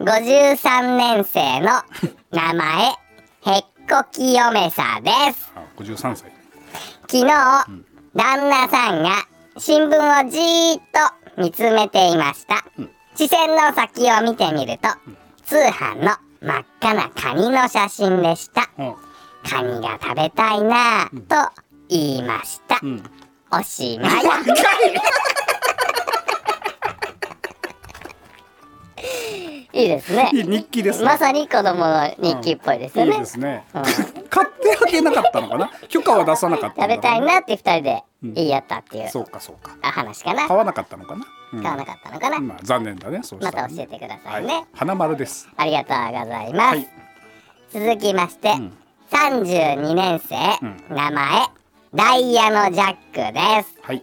Speaker 5: 53年生の名前、へっこき嫁さです。
Speaker 3: あ53歳
Speaker 5: 昨日、旦那さんが新聞をじーっと見つめていました、視線の先を見てみると、通販の真っ赤なカニの写真でした、
Speaker 3: うん
Speaker 5: カニが食べたいなぁと言いました、おしまい いいですね
Speaker 3: いい日記ですね
Speaker 5: まさに子供の日記っぽいですよ
Speaker 3: いい
Speaker 5: ね、
Speaker 3: ですね、勝手に係なかったのかな許可は出さなかった
Speaker 5: 食
Speaker 3: んだ
Speaker 5: べたいなって二人で言い合ったっていう
Speaker 3: そうかそうか
Speaker 5: 話かな
Speaker 3: 買
Speaker 5: 買
Speaker 3: わなかったのかな、うん
Speaker 5: わなかったのかな
Speaker 3: まあ、残念だねそうし
Speaker 5: ま
Speaker 3: たら
Speaker 5: た
Speaker 3: ね
Speaker 5: 教えてくださ
Speaker 3: はいい、
Speaker 5: ね
Speaker 3: 花丸です
Speaker 5: ありがとうございます、
Speaker 3: はい
Speaker 5: 続きまして、32年生、名前ダイヤのジャックです
Speaker 3: はい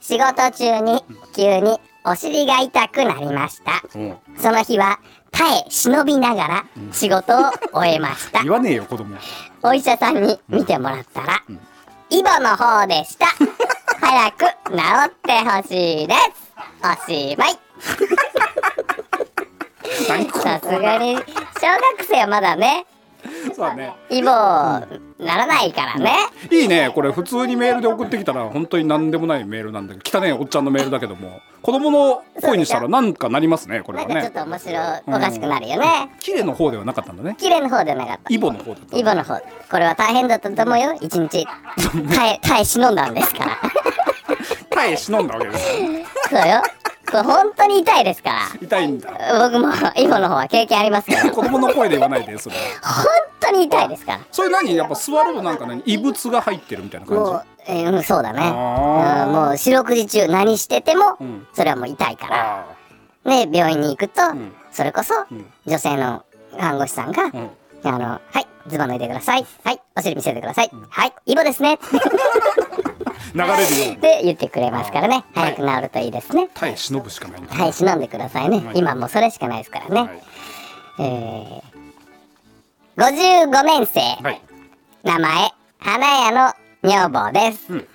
Speaker 5: 仕事中に急にお尻が痛くなりました、
Speaker 3: ん
Speaker 5: その日は耐え忍びながら仕事を終えまし た、
Speaker 3: 言わねえよ子供は
Speaker 5: お医 者さんに見てもらったら、イボの方でした早く治ってほしいですおしまい
Speaker 3: 何こ
Speaker 5: さすがに小学生はまだね
Speaker 3: そうね
Speaker 5: イボならないからね、
Speaker 3: いいねこれ普通にメールで送ってきたら本当に何でもないメールなんだけど汚ねえおっちゃんのメールだけども子供の声にしたらなんかなりますねこれは
Speaker 5: なんかちょっ
Speaker 3: ね
Speaker 5: と面白おかしくなるよね、
Speaker 3: 綺麗の方ではなかったんだね
Speaker 5: 綺麗の方ではなかった
Speaker 3: イボの方だった
Speaker 5: イボの方これは大変だったと思うよ一日耐え耐え忍んだんですから
Speaker 3: 耐え忍んだわけです
Speaker 5: そうよこれ本当に痛いですか
Speaker 3: 痛いんだ
Speaker 5: ら僕もイボの方は経験ありますけど
Speaker 3: 子
Speaker 5: 本
Speaker 3: 供の声で言わないでそれ
Speaker 5: 当に痛いですから
Speaker 3: それ何やっぱ座るとなんか何異物が入ってるみたいな感じ
Speaker 5: もう、えーうん、そうだね
Speaker 3: あー
Speaker 5: うんもう四六時中何してても、
Speaker 3: ん
Speaker 5: それはもう痛いから
Speaker 3: あ
Speaker 5: ね病院に行くと、
Speaker 3: ん
Speaker 5: それこそ、女性の看護師さんが、
Speaker 3: ん
Speaker 5: あのはいズボン脱いでくださいはいお尻見せてください、はいイボで すね
Speaker 3: 流れるよう
Speaker 5: っ
Speaker 3: に
Speaker 5: て言ってくれますからね
Speaker 3: は
Speaker 5: 早
Speaker 3: い
Speaker 5: く治るといいですね
Speaker 3: 耐え忍ぶしかないんだ
Speaker 5: はい、忍んでくださいね。
Speaker 3: はい
Speaker 5: 今もうそれしかないですからね。
Speaker 3: はい
Speaker 5: えー、55年生、
Speaker 3: はい
Speaker 5: 名前、花屋の女房です。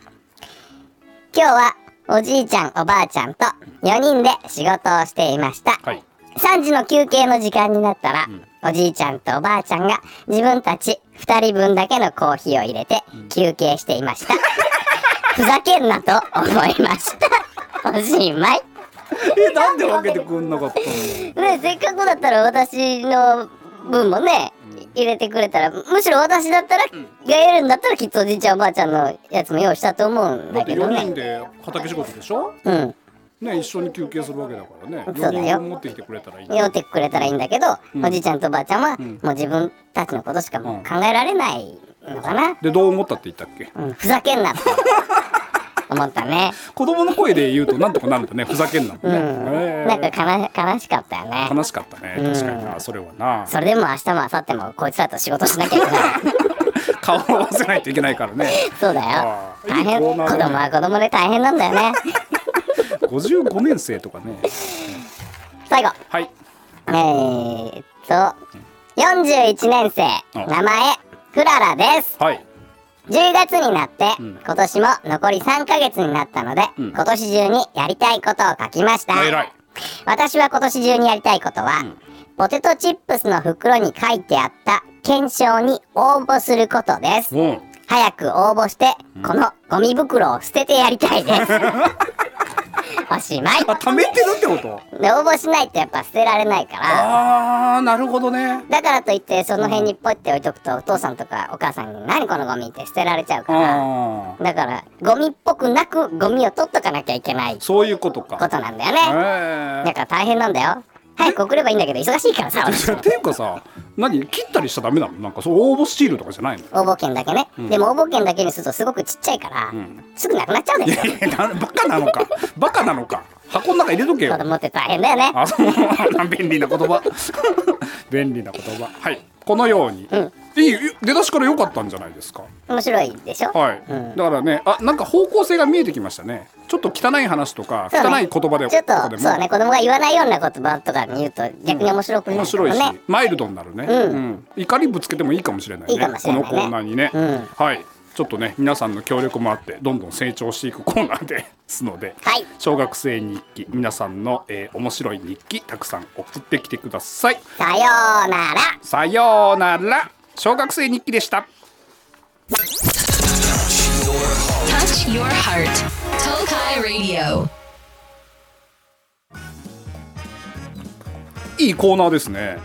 Speaker 5: 今日は、おじいちゃん、おばあちゃんと4人で仕事をしていました。
Speaker 3: はい
Speaker 5: 3時の休憩の時間になったら、おじいちゃんとおばあちゃんが自分たち2人分だけのコーヒーを入れて休憩していました。 ふざけんなと思いました。 おしまい。
Speaker 3: えなんで分けてくんなかったの
Speaker 5: ねせっかくだったら私の分もね入れてくれたらむしろ私だったら、がやるんだったらきっとおじいちゃんおばあちゃんのやつも用意したと思うん
Speaker 3: だ
Speaker 5: だ
Speaker 3: って
Speaker 5: けど
Speaker 3: 4人
Speaker 5: ね
Speaker 3: で畑仕事でしょ
Speaker 5: うん
Speaker 3: ね一緒に休憩するわけだからね
Speaker 5: うだよ
Speaker 3: 4人分持ってきてくれたらいい
Speaker 5: 用意ってくれたらいいんだけど、おじいちゃんとおばあちゃんは、もう自分たちのことしかもう考えられないのかな、
Speaker 3: でどう思ったって言ったっけ
Speaker 5: うんふざけんなって 思ったね
Speaker 3: 子供の声で言うとなんとかなるんだねふざけんなもんね、え
Speaker 5: なんかかな悲しかったよね
Speaker 3: ー悲しかったね確かになそれはな
Speaker 5: それでも明日も明後日もこいつらと仕事しなきゃいけない
Speaker 3: 顔を合わせないといけないからね
Speaker 5: そうだよ
Speaker 3: あー
Speaker 5: 大変
Speaker 3: いいコ
Speaker 5: 子
Speaker 3: ーナ
Speaker 5: 供
Speaker 3: ーだね
Speaker 5: は子供で大変なんだよ ね
Speaker 3: 55年生とかね
Speaker 5: 最後
Speaker 3: はい
Speaker 5: えーっと、41年生、名前、クララです。
Speaker 3: はい
Speaker 5: 10月になって、今年も残り3ヶ月になったので、今年中にやりたいことを書きました。
Speaker 3: 偉い
Speaker 5: 私は今年中にやりたいことは、ポテトチップスの袋に書いてあった検証に応募することです。
Speaker 3: うん
Speaker 5: 早く応募して、このゴミ袋を捨ててやりた いです。おしまい。
Speaker 3: あ貯めてるってこと
Speaker 5: で応募しないとやっぱ捨てられないから。
Speaker 3: あーなるほどね
Speaker 5: だからといってその辺にポイって置いとくとお父さんとかお母さんに「何このゴミ」って捨てられちゃうから
Speaker 3: あー
Speaker 5: だからゴミっぽくなくゴミを取っとかなきゃいけないこ
Speaker 3: そういうことか
Speaker 5: となんだよね
Speaker 3: え
Speaker 5: だから大変なんだよ早く送ればいいんだけど忙しいか らさ私
Speaker 3: ー、っていうかさ何切ったりしちゃダメなのなんかそう応募シールとかじゃないの
Speaker 5: 応募券だけね、でも応募券だけにするとすごくちっちゃいから、すぐなくなっちゃうんですよ
Speaker 3: えなバカなのかバカなのか箱の中入れとけよ
Speaker 5: 子供って大変だよね
Speaker 3: あそう便利な言葉 便利な言葉はいこのように、いい出だしから良かったんじゃないですか
Speaker 5: 面白いでしょ、
Speaker 3: はい、
Speaker 5: うん
Speaker 3: だからねあなんか方向性が見えてきましたねちょっと汚い話とか、
Speaker 5: そう
Speaker 3: 汚
Speaker 5: ね
Speaker 3: い言葉で
Speaker 5: ちょっと
Speaker 3: ここで
Speaker 5: そうね子供が言わないような言葉とかに言うと逆に面白くな
Speaker 3: 面
Speaker 5: るか
Speaker 3: 白
Speaker 5: も
Speaker 3: いし、
Speaker 5: ね、
Speaker 3: マイルドになるね、
Speaker 5: うん
Speaker 3: うん怒りぶつけてもいいかもしれないね
Speaker 5: いいかもしれないね
Speaker 3: このコーナーにね、
Speaker 5: うん
Speaker 3: はいちょっとね皆さんの協力もあってどんどん成長していくコーナーですので、
Speaker 5: はい
Speaker 3: 小学生日記皆さんの、えー面白い日記たくさん送ってきてください
Speaker 5: さようなら
Speaker 3: さようなら小学生日記でした
Speaker 2: Touch your heart. Tokai Radio.
Speaker 3: いいコーナーですね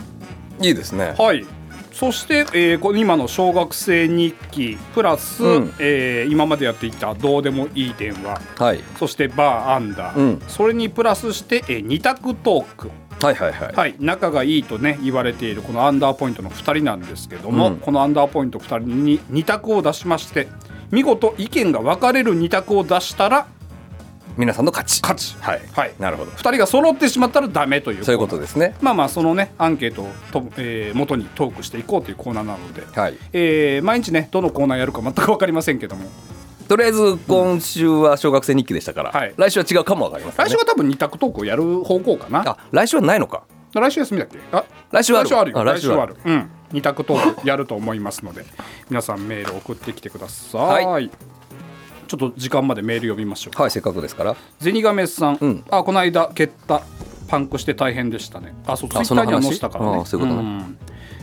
Speaker 4: いいですね
Speaker 3: はいそして、えーこの今の小学生日記プラス、
Speaker 4: うん
Speaker 3: えー今までやっていた「どうでもいい電話」
Speaker 4: はい
Speaker 3: そしてバーアンダー、
Speaker 4: うん
Speaker 3: それにプラスして、えー、二択トーク
Speaker 4: はいはいはい、
Speaker 3: はい、仲がいいとね言われているこのアンダーポイントの2人なんですけども、
Speaker 4: うん
Speaker 3: このアンダーポイント2人に2択を出しまして見事意見が分かれる2択を出したら
Speaker 4: 皆さんの勝ち
Speaker 3: 勝ち、
Speaker 4: はい、
Speaker 3: はい、
Speaker 4: なるほど
Speaker 3: 2人が揃ってしまったらダメという
Speaker 4: そういうことですね
Speaker 3: まあまあそのねアンケートをと、えー元にトークしていこうというコーナーなので、
Speaker 4: はい
Speaker 3: えー毎日ねどのコーナーやるか全く分かりませんけども
Speaker 4: とりあえず今週は小学生日記でしたから、
Speaker 3: はい
Speaker 4: 来週は違うかもわかりません、ね、
Speaker 3: 来週は多分2択トークをやる方向かな
Speaker 4: あ来週はないのか
Speaker 3: 来週休みだっけあ
Speaker 4: 来週はある
Speaker 3: よ
Speaker 4: あ
Speaker 3: 来
Speaker 4: 来
Speaker 3: 週
Speaker 4: 週
Speaker 3: は
Speaker 4: は
Speaker 3: あ
Speaker 4: あ
Speaker 3: る
Speaker 4: る
Speaker 3: うん2択トークやると思いますので皆さんメール送ってきてください、
Speaker 4: は
Speaker 3: ちょっと時間までメール読みましょう
Speaker 4: はいせっかくですから
Speaker 3: ゼニガメさん、
Speaker 4: うん
Speaker 3: あこの間蹴ったパンクして大変でしたねあそうツイ
Speaker 4: あ
Speaker 3: ッタ
Speaker 4: そ
Speaker 3: ー
Speaker 4: の
Speaker 3: には
Speaker 4: 話
Speaker 3: 載せたからね
Speaker 4: あそういうことね
Speaker 3: ん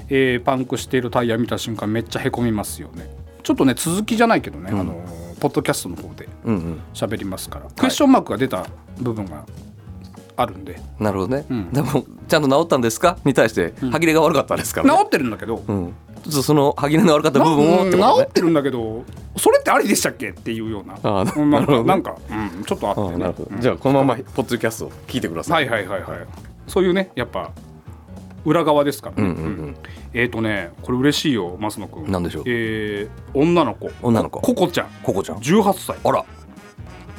Speaker 3: えーパンクしているタイヤ見た瞬間めっちゃへこみますよねちょっとね続きじゃないけどね、あのーポッドキャストの方で
Speaker 4: うんうん
Speaker 3: 喋りますから、クエスチョンマークが出た部分があるんで
Speaker 4: なるほどね、でもちゃんと治ったんですかに対して歯切れが悪かったですから、
Speaker 3: 治
Speaker 4: ね
Speaker 3: ってるんだけど、
Speaker 4: うん、ちょっとその歯切れの悪かった部分をって
Speaker 3: な
Speaker 4: こと
Speaker 3: 治
Speaker 4: ね
Speaker 3: ってるんだけどそれってありでしたっけっていうような
Speaker 4: あー
Speaker 3: うんなん
Speaker 4: なるほ
Speaker 3: か
Speaker 4: ど
Speaker 3: なんか、うん、ちょっとあって、ね、
Speaker 4: どじゃあこのままポッドキャストを聞いてくだ
Speaker 3: はいはいはいはいそういうねやっぱ裏側ですからね、
Speaker 4: うんうんうん
Speaker 3: えっ、ー、とねこれ嬉しいよ増野君
Speaker 4: なんでしょう
Speaker 3: えー女の子
Speaker 4: 女の子
Speaker 3: ココちゃん
Speaker 4: ココちゃん
Speaker 3: 18歳
Speaker 4: あら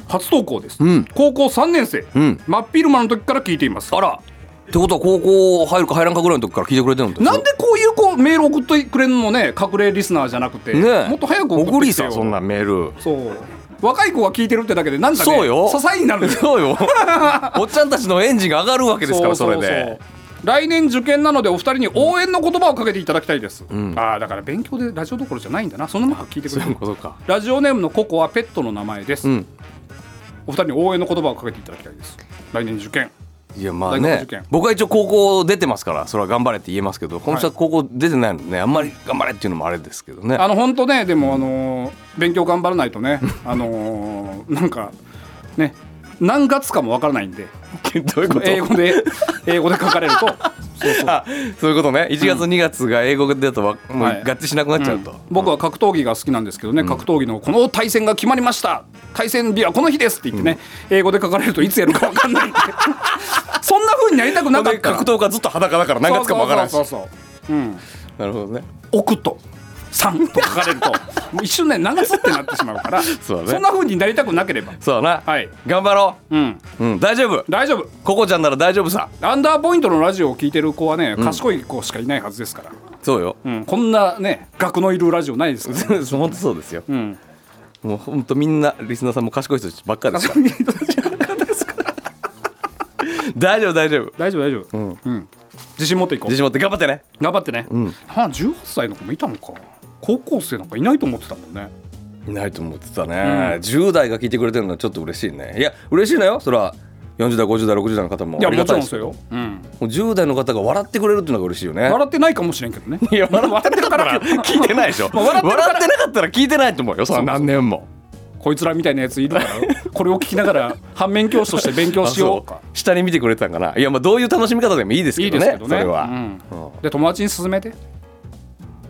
Speaker 3: 初投稿です、
Speaker 4: うん
Speaker 3: 高校3年生、
Speaker 4: うん
Speaker 3: 真っ昼間の時から聞いています
Speaker 4: あらってことは高校入るか入らんかぐらいの時から聞いてくれてるんだ
Speaker 3: なんでこういう子メール送ってくれるのね隠れリスナーじゃなくて、
Speaker 4: ねえ
Speaker 3: もっと早く送ってきてよ
Speaker 4: 送りさそんなメール
Speaker 3: そう若い子が聞いてるってだけでなんかね
Speaker 4: そうよ
Speaker 3: 支えになるんですよ
Speaker 4: そ うよおっちゃんたちのエンジンが上がるわけですからそれで
Speaker 3: う来年受験なのでお二人に応援の言葉をかけていただきたいです、
Speaker 4: ん
Speaker 3: ああだから勉強でラジオどころじゃないんだなそのまま聞いてくれる
Speaker 4: ことか
Speaker 3: ラジオネームのココはペットの名前です、
Speaker 4: うん
Speaker 3: お二人に応援の言葉をかけていただきたいです来年受験
Speaker 4: いやまあ
Speaker 3: 大学受
Speaker 4: ね
Speaker 3: 験
Speaker 4: 僕は一応高校出てますからそれは頑張れって言えますけどこの人は高校出てないのでねあんまり頑張れっていうのもあれですけどね
Speaker 3: あの本当ねでも、あのー勉強頑張らないとねあのーなんかね何月かもわからないんで
Speaker 4: どういうこと
Speaker 3: 英語で英語で書かれる とそうそう
Speaker 4: あ そういうことね1月2月が英語だとわもう
Speaker 3: はい
Speaker 4: 合致しなくなっちゃうと、
Speaker 3: 僕は格闘技が好きなんですけどね、格闘技のこの対戦が決まりました対戦日はこの日ですって言ってね、英語で書かれるといつやるか分かんないんで そんな風になりたくなか
Speaker 4: こ
Speaker 3: っ
Speaker 4: れ
Speaker 3: たら
Speaker 4: 格闘家ずっと裸だから何月かもわからんし
Speaker 3: そうそうそうそううん
Speaker 4: なるほどね
Speaker 3: 奥と3と書かれ るともう一瞬ね長月ってなってしまうから
Speaker 4: そうだね
Speaker 3: んな風になりたくなければ
Speaker 4: そうだな、
Speaker 3: はい
Speaker 4: 頑張ろ
Speaker 3: うん
Speaker 4: う、うん、大丈夫
Speaker 3: 大丈夫
Speaker 4: ココちゃんなら大丈夫さ
Speaker 3: アンダーポイントのラジオを聞いてる子はね賢い子しかいないはずですから、
Speaker 4: そうよ、
Speaker 3: うんこんなね学のいるラジオないですから
Speaker 4: 本当そうですよ
Speaker 3: うん
Speaker 4: もう本当みんなリスナーさんも賢い人ばっかり ですから大丈夫大丈夫
Speaker 3: 大丈夫大丈夫、うん自信持っていこう
Speaker 4: 自信持って頑張ってね
Speaker 3: 頑張ってね、
Speaker 4: ん
Speaker 3: はあ、18歳の子もいたのか高校生なんかいないと思ってたもんね
Speaker 4: いないと思ってたね、10代が聞いてくれてるのはちょっと嬉しいねいや嬉しいのよそれは40代50代60代の方も
Speaker 3: いや
Speaker 4: あり
Speaker 3: も
Speaker 4: が
Speaker 3: ち
Speaker 4: た
Speaker 3: ろ
Speaker 4: い
Speaker 3: ん
Speaker 4: です
Speaker 3: そうよ、うん、
Speaker 4: もう10代の方が笑ってくれるっていうのが嬉しいよね
Speaker 3: 笑ってないかもしれんけどね
Speaker 4: いや笑ってるから聞いてないでしょ笑ってなかったら聞いてないと思うよそんな何年も
Speaker 3: こいつらみたいなやついるからこれを聞きながら反面教師として勉強しよう
Speaker 4: あ
Speaker 3: か
Speaker 4: そ下に見てくれてたんかないやまあどういう楽しみ方でもいいです
Speaker 3: い
Speaker 4: け
Speaker 3: い
Speaker 4: ど
Speaker 3: で
Speaker 4: ね
Speaker 3: すけどね
Speaker 4: それは、
Speaker 3: うんで友達に勧めて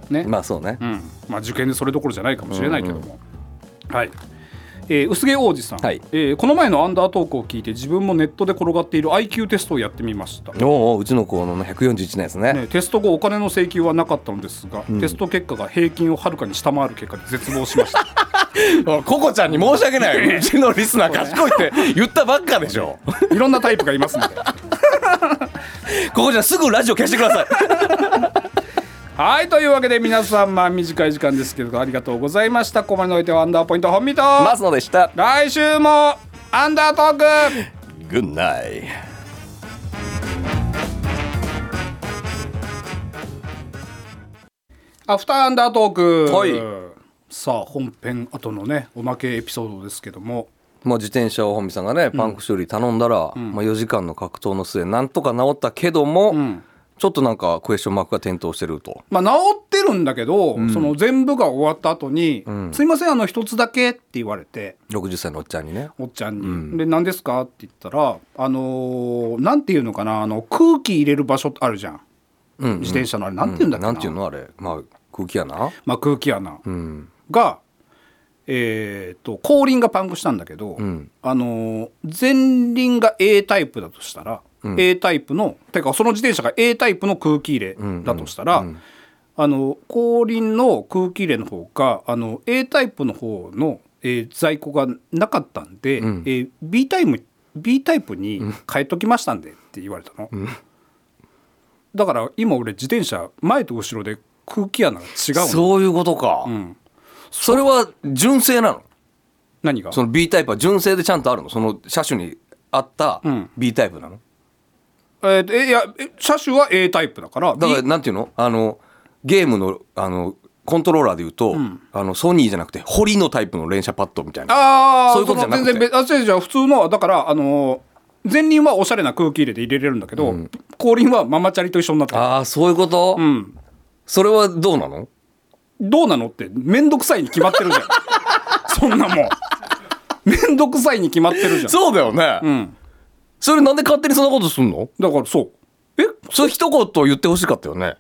Speaker 3: ね、
Speaker 4: まあそうね、
Speaker 3: うんまあ、受験でそれどころじゃないかもしれないけども、はい、えー薄毛王子さん、
Speaker 4: はい
Speaker 3: えーこの前のアンダートークを聞いて自分もネットで転がっている IQ テストをやってみました
Speaker 4: おうおううちの子の141のやつね
Speaker 3: ね、テスト後お金の請求はなかったのですが、テスト結果が平均をはるかに下回る結果に絶望しました
Speaker 4: おいココちゃんに申し訳ない うちのリスナー賢いって言ったばっかでしょ
Speaker 3: いろんなタイプがいますので
Speaker 4: ココちゃんすぐラジオ消してください
Speaker 3: はいというわけで皆さんまあ短い時間ですけどありがとうございましたここまでのおいてはアンダーポイント本見と、
Speaker 4: マスノでした
Speaker 3: 来週もアンダートーク
Speaker 4: グッナイ
Speaker 3: アフターアンダートーク、
Speaker 4: はい
Speaker 3: さあ本編後のねおまけエピソードですけども
Speaker 4: まあ、自転車を本見さんがねパンク修理頼んだら、まあ、4時間の格闘の末なんとか治ったけども、
Speaker 3: ん
Speaker 4: ちょっとなんかクエスチョンマークが点灯してると
Speaker 3: まあ治ってるんだけど、その全部が終わった後に、すいませんあの一つだけ」って言われて
Speaker 4: 60歳のおっちゃんにね
Speaker 3: おっちゃんに「で何ですか?」って言ったらあのーなんていうのかなあの空気入れる場所あるじゃん、
Speaker 4: うんうん
Speaker 3: 自転車のあれなんていうんだっけな,、
Speaker 4: なんていうのあれまあ空気やな
Speaker 3: まあ、空気穴
Speaker 4: うん
Speaker 3: が、えー、と後輪がパンクしたんだけど、
Speaker 4: ん
Speaker 3: あのー前輪が A タイプだとしたら、 A タイプの、てかその自転車が A タイプの空気入れだとしたら、あの後輪の空気入れの方があの A タイプの方の、えー在庫がなかったんで、えー B タイプ B タイプに変えときましたんでって言われたの、だから今俺自転車前と後ろで空気穴が違うの
Speaker 4: そういうことか、それは純正なの
Speaker 3: 何が
Speaker 4: その B タイプは純正でちゃんとあるのその車種に合った
Speaker 3: ん
Speaker 4: B タイプなの、
Speaker 3: えーとえいやえ車種は A タイプだから
Speaker 4: だから
Speaker 3: B
Speaker 4: なんていうのあのゲームのあのコントローラーでいうと、あのソニーじゃなくて堀のタイプの連射パッドみたいな
Speaker 3: ああ
Speaker 4: そういうことじゃなくて
Speaker 3: 全然別あ違う違う普通のだからあのー前輪はおしゃれな空気入れで入れれるんだけど、後輪はママチャリと一緒になってる
Speaker 4: あーそういうこと、
Speaker 3: うん
Speaker 4: それはどうなの
Speaker 3: どうなのって面倒くさいに決まってる じゃんそんなもん面倒くさいに決まってるじゃん
Speaker 4: そうだよね、
Speaker 3: うん
Speaker 4: それなんで勝手にそんなことすんの
Speaker 3: だからそうえ
Speaker 4: それ一言言ってほしかったよね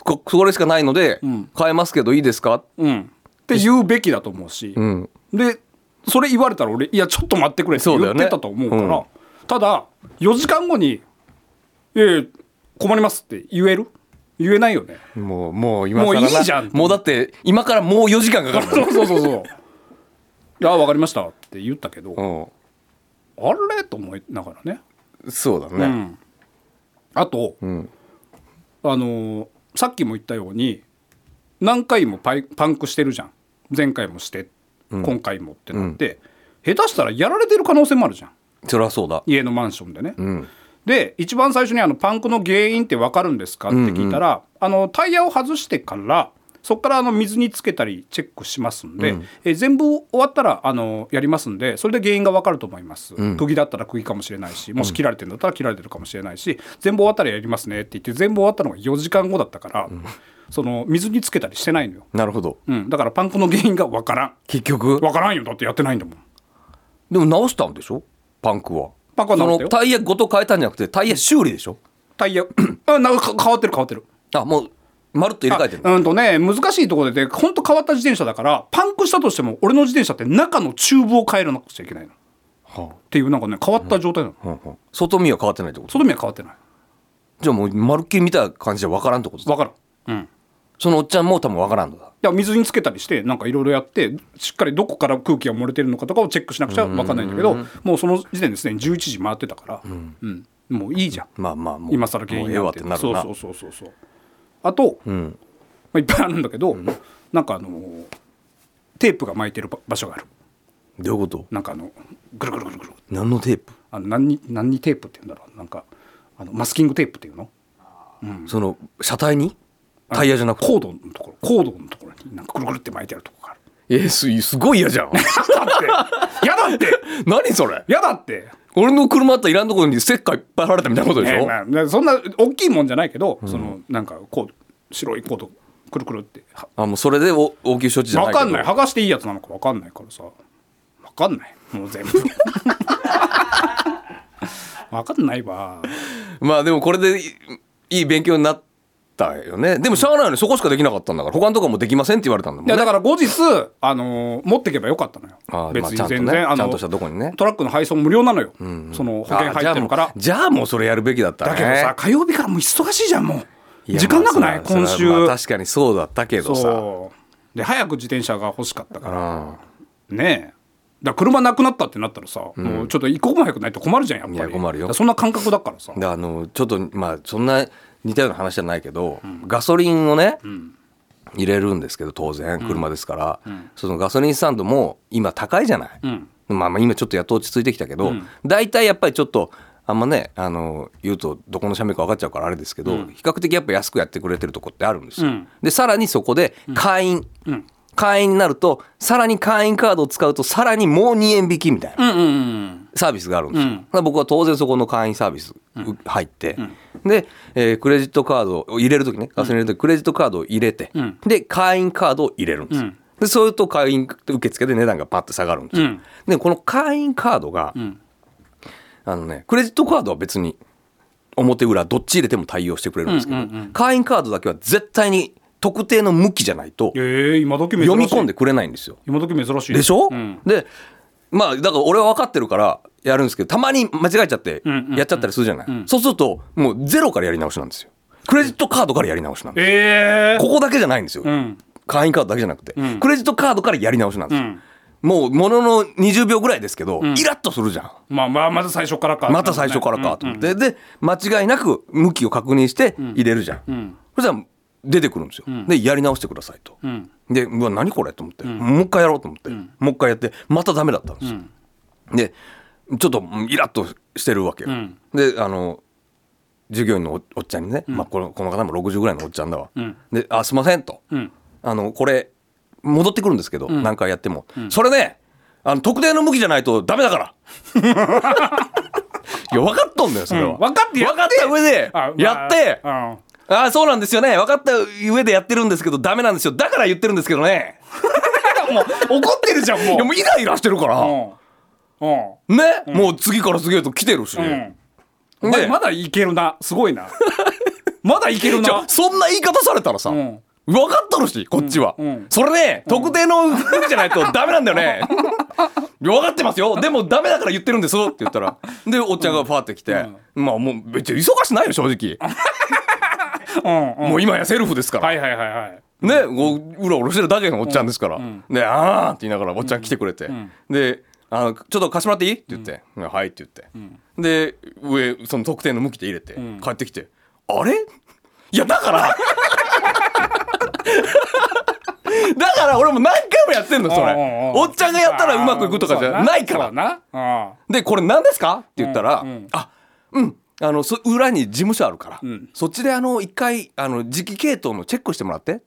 Speaker 4: ここれしかないので、変えますけどいいですか
Speaker 3: うんって言うべきだと思うし、
Speaker 4: うん
Speaker 3: でそれ言われたら俺いやちょっと待ってくれって
Speaker 4: そうだ
Speaker 3: 言
Speaker 4: よ
Speaker 3: っ
Speaker 4: ね
Speaker 3: てたと思うから
Speaker 4: うん
Speaker 3: ただ4時間後に「ええ困ります」って言える言えないよね
Speaker 4: もうもう今
Speaker 3: もう
Speaker 4: 更
Speaker 3: い
Speaker 4: ない
Speaker 3: じゃん
Speaker 4: もうだって今からもう4時間かかるも ん
Speaker 3: そうそうそうそう「ああ分かりました」って言ったけど、あれと思いながらね、
Speaker 4: うんそうだね、
Speaker 3: うん、あと、
Speaker 4: ん
Speaker 3: あのーさっきも言ったように何回もパイパンクしてるじゃん前回もして、今回もってなって、下手したらやられてる可能性もあるじゃん
Speaker 4: そりゃそうだ
Speaker 3: 家のマンションでね。
Speaker 4: うん
Speaker 3: で一番最初にあのパンクの原因って分かるんですかって聞いたら、あのタイヤを外してからそこからあの水につけたりチェックしますんで、えー全部終わったらあのやりますんでそれで原因が分かると思います、釘だったら釘かもしれないしもし切られてるんだったら切られてるかもしれないし、全部終わったらやりますねって言って全部終わったのが4時間後だったから、その水につけたりしてないのよ、
Speaker 4: なるほど
Speaker 3: うん、だからパンクの原因が分からん
Speaker 4: 結局
Speaker 3: 分からんよだってやってないんだもん
Speaker 4: でも直したんでしょパンクは
Speaker 3: パンクは直した
Speaker 4: そ
Speaker 3: よ
Speaker 4: のタイヤごと変えたんじゃなくてタイヤ修理でしょ
Speaker 3: タイヤ あなんか変わってる変わってる
Speaker 4: あもうまるっと入れ替えてるの
Speaker 3: あうんとね難しいところでねほんと変わった自転車だからパンクしたとしても俺の自転車って中のチューブを変えらなくちゃいけないのっ
Speaker 4: は
Speaker 3: ていうなんかね変わった状態なの、
Speaker 4: あはあはあ外見は変わってないってこと
Speaker 3: 外見は変わってない
Speaker 4: じゃあもうまるっきり見た感じじゃ分からんってこと
Speaker 3: わからんうん
Speaker 4: そのおっちゃんも多分分からんのだ
Speaker 3: いや水につけたりしてなんかいろいろやってしっかりどこから空気が漏れてるのかとかをチェックしなくちゃわかんないんだけどもうその時点ですでに11時回ってたから、うんもういいじゃん、
Speaker 4: まあまあもう
Speaker 3: 今更原因
Speaker 4: もうええ
Speaker 3: な
Speaker 4: わ
Speaker 3: ん
Speaker 4: ってなるな
Speaker 3: そうそうそうそうそうあと、
Speaker 4: ん
Speaker 3: まあ、いっぱいあるんだけど、なんかあのーテープが巻いてる場所がある
Speaker 4: どういうこと
Speaker 3: なんかあのぐるぐるぐるぐる
Speaker 4: 何のテープ、
Speaker 3: あの何に何にテープって言うんだろうなんかあのマスキングテープっていうの
Speaker 4: その車体にタイヤじゃなくて
Speaker 3: コードのところコードのところになんかくるくるって巻いてあるとこがある
Speaker 4: えすすごい嫌じゃん
Speaker 3: やだって
Speaker 4: 何それ
Speaker 3: やだって
Speaker 4: 俺の車あったらいらんところに石灰いっぱい貼られたみたいなことでし
Speaker 3: え
Speaker 4: ょ、
Speaker 3: ーまあなそんな大きいもんじゃないけど、そのなんかこう白いコードくるくるっては
Speaker 4: あもうそれでお応急処置じゃな
Speaker 3: わ
Speaker 4: いけど
Speaker 3: かんない剥がしていいやつなのかわかんないからさわかんないもう全 部わかんないわ
Speaker 4: まあでもこれでいいい勉強になったよねでもしゃあないよねそこしかできなかったんだから他のとこもできませんって言われたんだもん
Speaker 3: い
Speaker 4: ね
Speaker 3: やだから後日、あのー持ってけばよかったのよ
Speaker 4: あー
Speaker 3: 別
Speaker 4: まあ
Speaker 3: に
Speaker 4: ちゃんとね
Speaker 3: 全然、あの
Speaker 4: ちゃんとしたとこにね
Speaker 3: トラックの配送無料なのよ、その保険
Speaker 4: あじ
Speaker 3: 入
Speaker 4: ゃ
Speaker 3: っ
Speaker 4: あ
Speaker 3: てる
Speaker 4: もう
Speaker 3: から
Speaker 4: じゃあもうそれやるべきだったね
Speaker 3: だけどさ火曜日からもう忙しいじゃんも
Speaker 4: いうや
Speaker 3: 時間なくない
Speaker 4: まあそれ
Speaker 3: 今
Speaker 4: は
Speaker 3: 週、
Speaker 4: まあ確かにそうだったけどさ
Speaker 3: そうで早く自転車が欲しかったから
Speaker 4: あ
Speaker 3: ねえだから車なくなったってなったらさ、もうちょっと一刻も早くないと困るじゃんやっぱり
Speaker 4: いや困るよ
Speaker 3: だからそんな感覚だからさ
Speaker 4: であのちょっとまあそんな似たような話じゃないけど、ガソリンをね、入れるんですけど当然車ですから、そのガソリンスタンドも今高いじゃない、
Speaker 3: ん
Speaker 4: まあ、まあ今ちょっとやっと落ち着いてきたけど、大体やっぱりちょっとあんまねあの言うとどこの社名か分かっちゃうからあれですけど、比較的やっぱ安くやってくれてるとこってあるんですよ。
Speaker 3: うん
Speaker 4: でさらにそこで会員、会員になるとさらに会員カードを使うとさらにもう2円引きみたいな。
Speaker 3: うんうんうん
Speaker 4: サービスがあるんですよ、
Speaker 3: うん
Speaker 4: だから僕は当然そこの会員サービスう入って、で、えークレジットカードを入れる時ねガソリン入れる時クレジットカードを入れて、
Speaker 3: ん
Speaker 4: で会員カードを入れるんですよ、
Speaker 3: うん
Speaker 4: でそういうと会員受付で値段がパッと下がるんですよ、
Speaker 3: うん
Speaker 4: でこの会員カードが、
Speaker 3: ん
Speaker 4: あのねクレジットカードは別に表裏どっち入れても対応してくれるんですけど、会員カードだけは絶対に特定の向きじゃないと
Speaker 3: ええ今時珍しい
Speaker 4: 読み込んでくれないんですよ
Speaker 3: 今時珍しい
Speaker 4: でしょ、
Speaker 3: うん
Speaker 4: でまあだから俺は分かってるからやるんですけどたまに間違えちゃって
Speaker 3: んうん
Speaker 4: やっちゃったりするじゃない、そうするともうゼロからやり直しなんですよクレジットカードからやり直しなんです
Speaker 3: ええ
Speaker 4: ここだけじゃないんですよ、
Speaker 3: うん
Speaker 4: 会員カードだけじゃなくて、
Speaker 3: ん
Speaker 4: クレジットカードからやり直しなんですよ、
Speaker 3: うん
Speaker 4: もうものの20秒ぐらいですけど、イラッとするじゃん
Speaker 3: まあまあまず最初からか
Speaker 4: また最初からかと思って、で間違いなく向きを確認して入れるじゃん、そしたら出てくるんですよ、でやり直してくださいと、
Speaker 3: ん
Speaker 4: でうわ何これと思って、もう一回やろうと思って、もう一回やってまたダメだったんですよ、でちょっとイラッとしてるわけよ、
Speaker 3: ん
Speaker 4: であの従業員のおおっちゃんにね、まあ、このこの方も60ぐらいのおっちゃんだわ、
Speaker 3: ん
Speaker 4: で「あすいません」と、
Speaker 3: ん
Speaker 4: あの「これ戻ってくるんですけど、何回やっても、それねあの特定の向きじゃないとダメ だから」いや分かっとんだよそれは、
Speaker 3: うん分かってやって
Speaker 4: 分かった上で
Speaker 3: あまあ
Speaker 4: やって
Speaker 3: う
Speaker 4: あ
Speaker 3: ん
Speaker 4: あそうなんですよね分かった上でやってるんですけどダメなんですよだから言ってるんですけどね
Speaker 3: もう怒ってるじゃんもう
Speaker 4: いやもうイライラしてるから、
Speaker 3: うんうん
Speaker 4: ね、もう次から次へと来てるし、
Speaker 3: うんお
Speaker 4: で
Speaker 3: 前まだいけるなすごいなまだいける
Speaker 4: じゃあ
Speaker 3: な
Speaker 4: そんな言い方されたらさ、
Speaker 3: ん
Speaker 4: 分かっとるしこっちは、
Speaker 3: うんうん
Speaker 4: それね特定の服じゃないとダメなんだよね分かってますよでもダメだから言ってるんですって言ったらでおっちゃんがパーって来て、まあもう別に忙しないよ正直、
Speaker 3: うんうん
Speaker 4: もう今やセルフですから、
Speaker 3: はいはいはいはい
Speaker 4: ねこううろうろしてるだけのおっちゃんですから、で「あー」って言いながらおっちゃん来てくれて、であの「ちょっと貸してもらっていい?」って言って「うんはい」って言って、で上その特定の向きで入れて、帰ってきて「あれ いやだから! 」 だから俺も何回もやってんのそれ
Speaker 3: うんうんうん
Speaker 4: おっちゃんがやったらうまくいくとかじゃないから
Speaker 3: そうだな
Speaker 4: でこれ何ですか?」って言ったら「
Speaker 3: うんうん
Speaker 4: あうんあのそ裏に事務所あるから、
Speaker 3: ん
Speaker 4: そっちであの一回あの磁気系統のチェックしてもらって」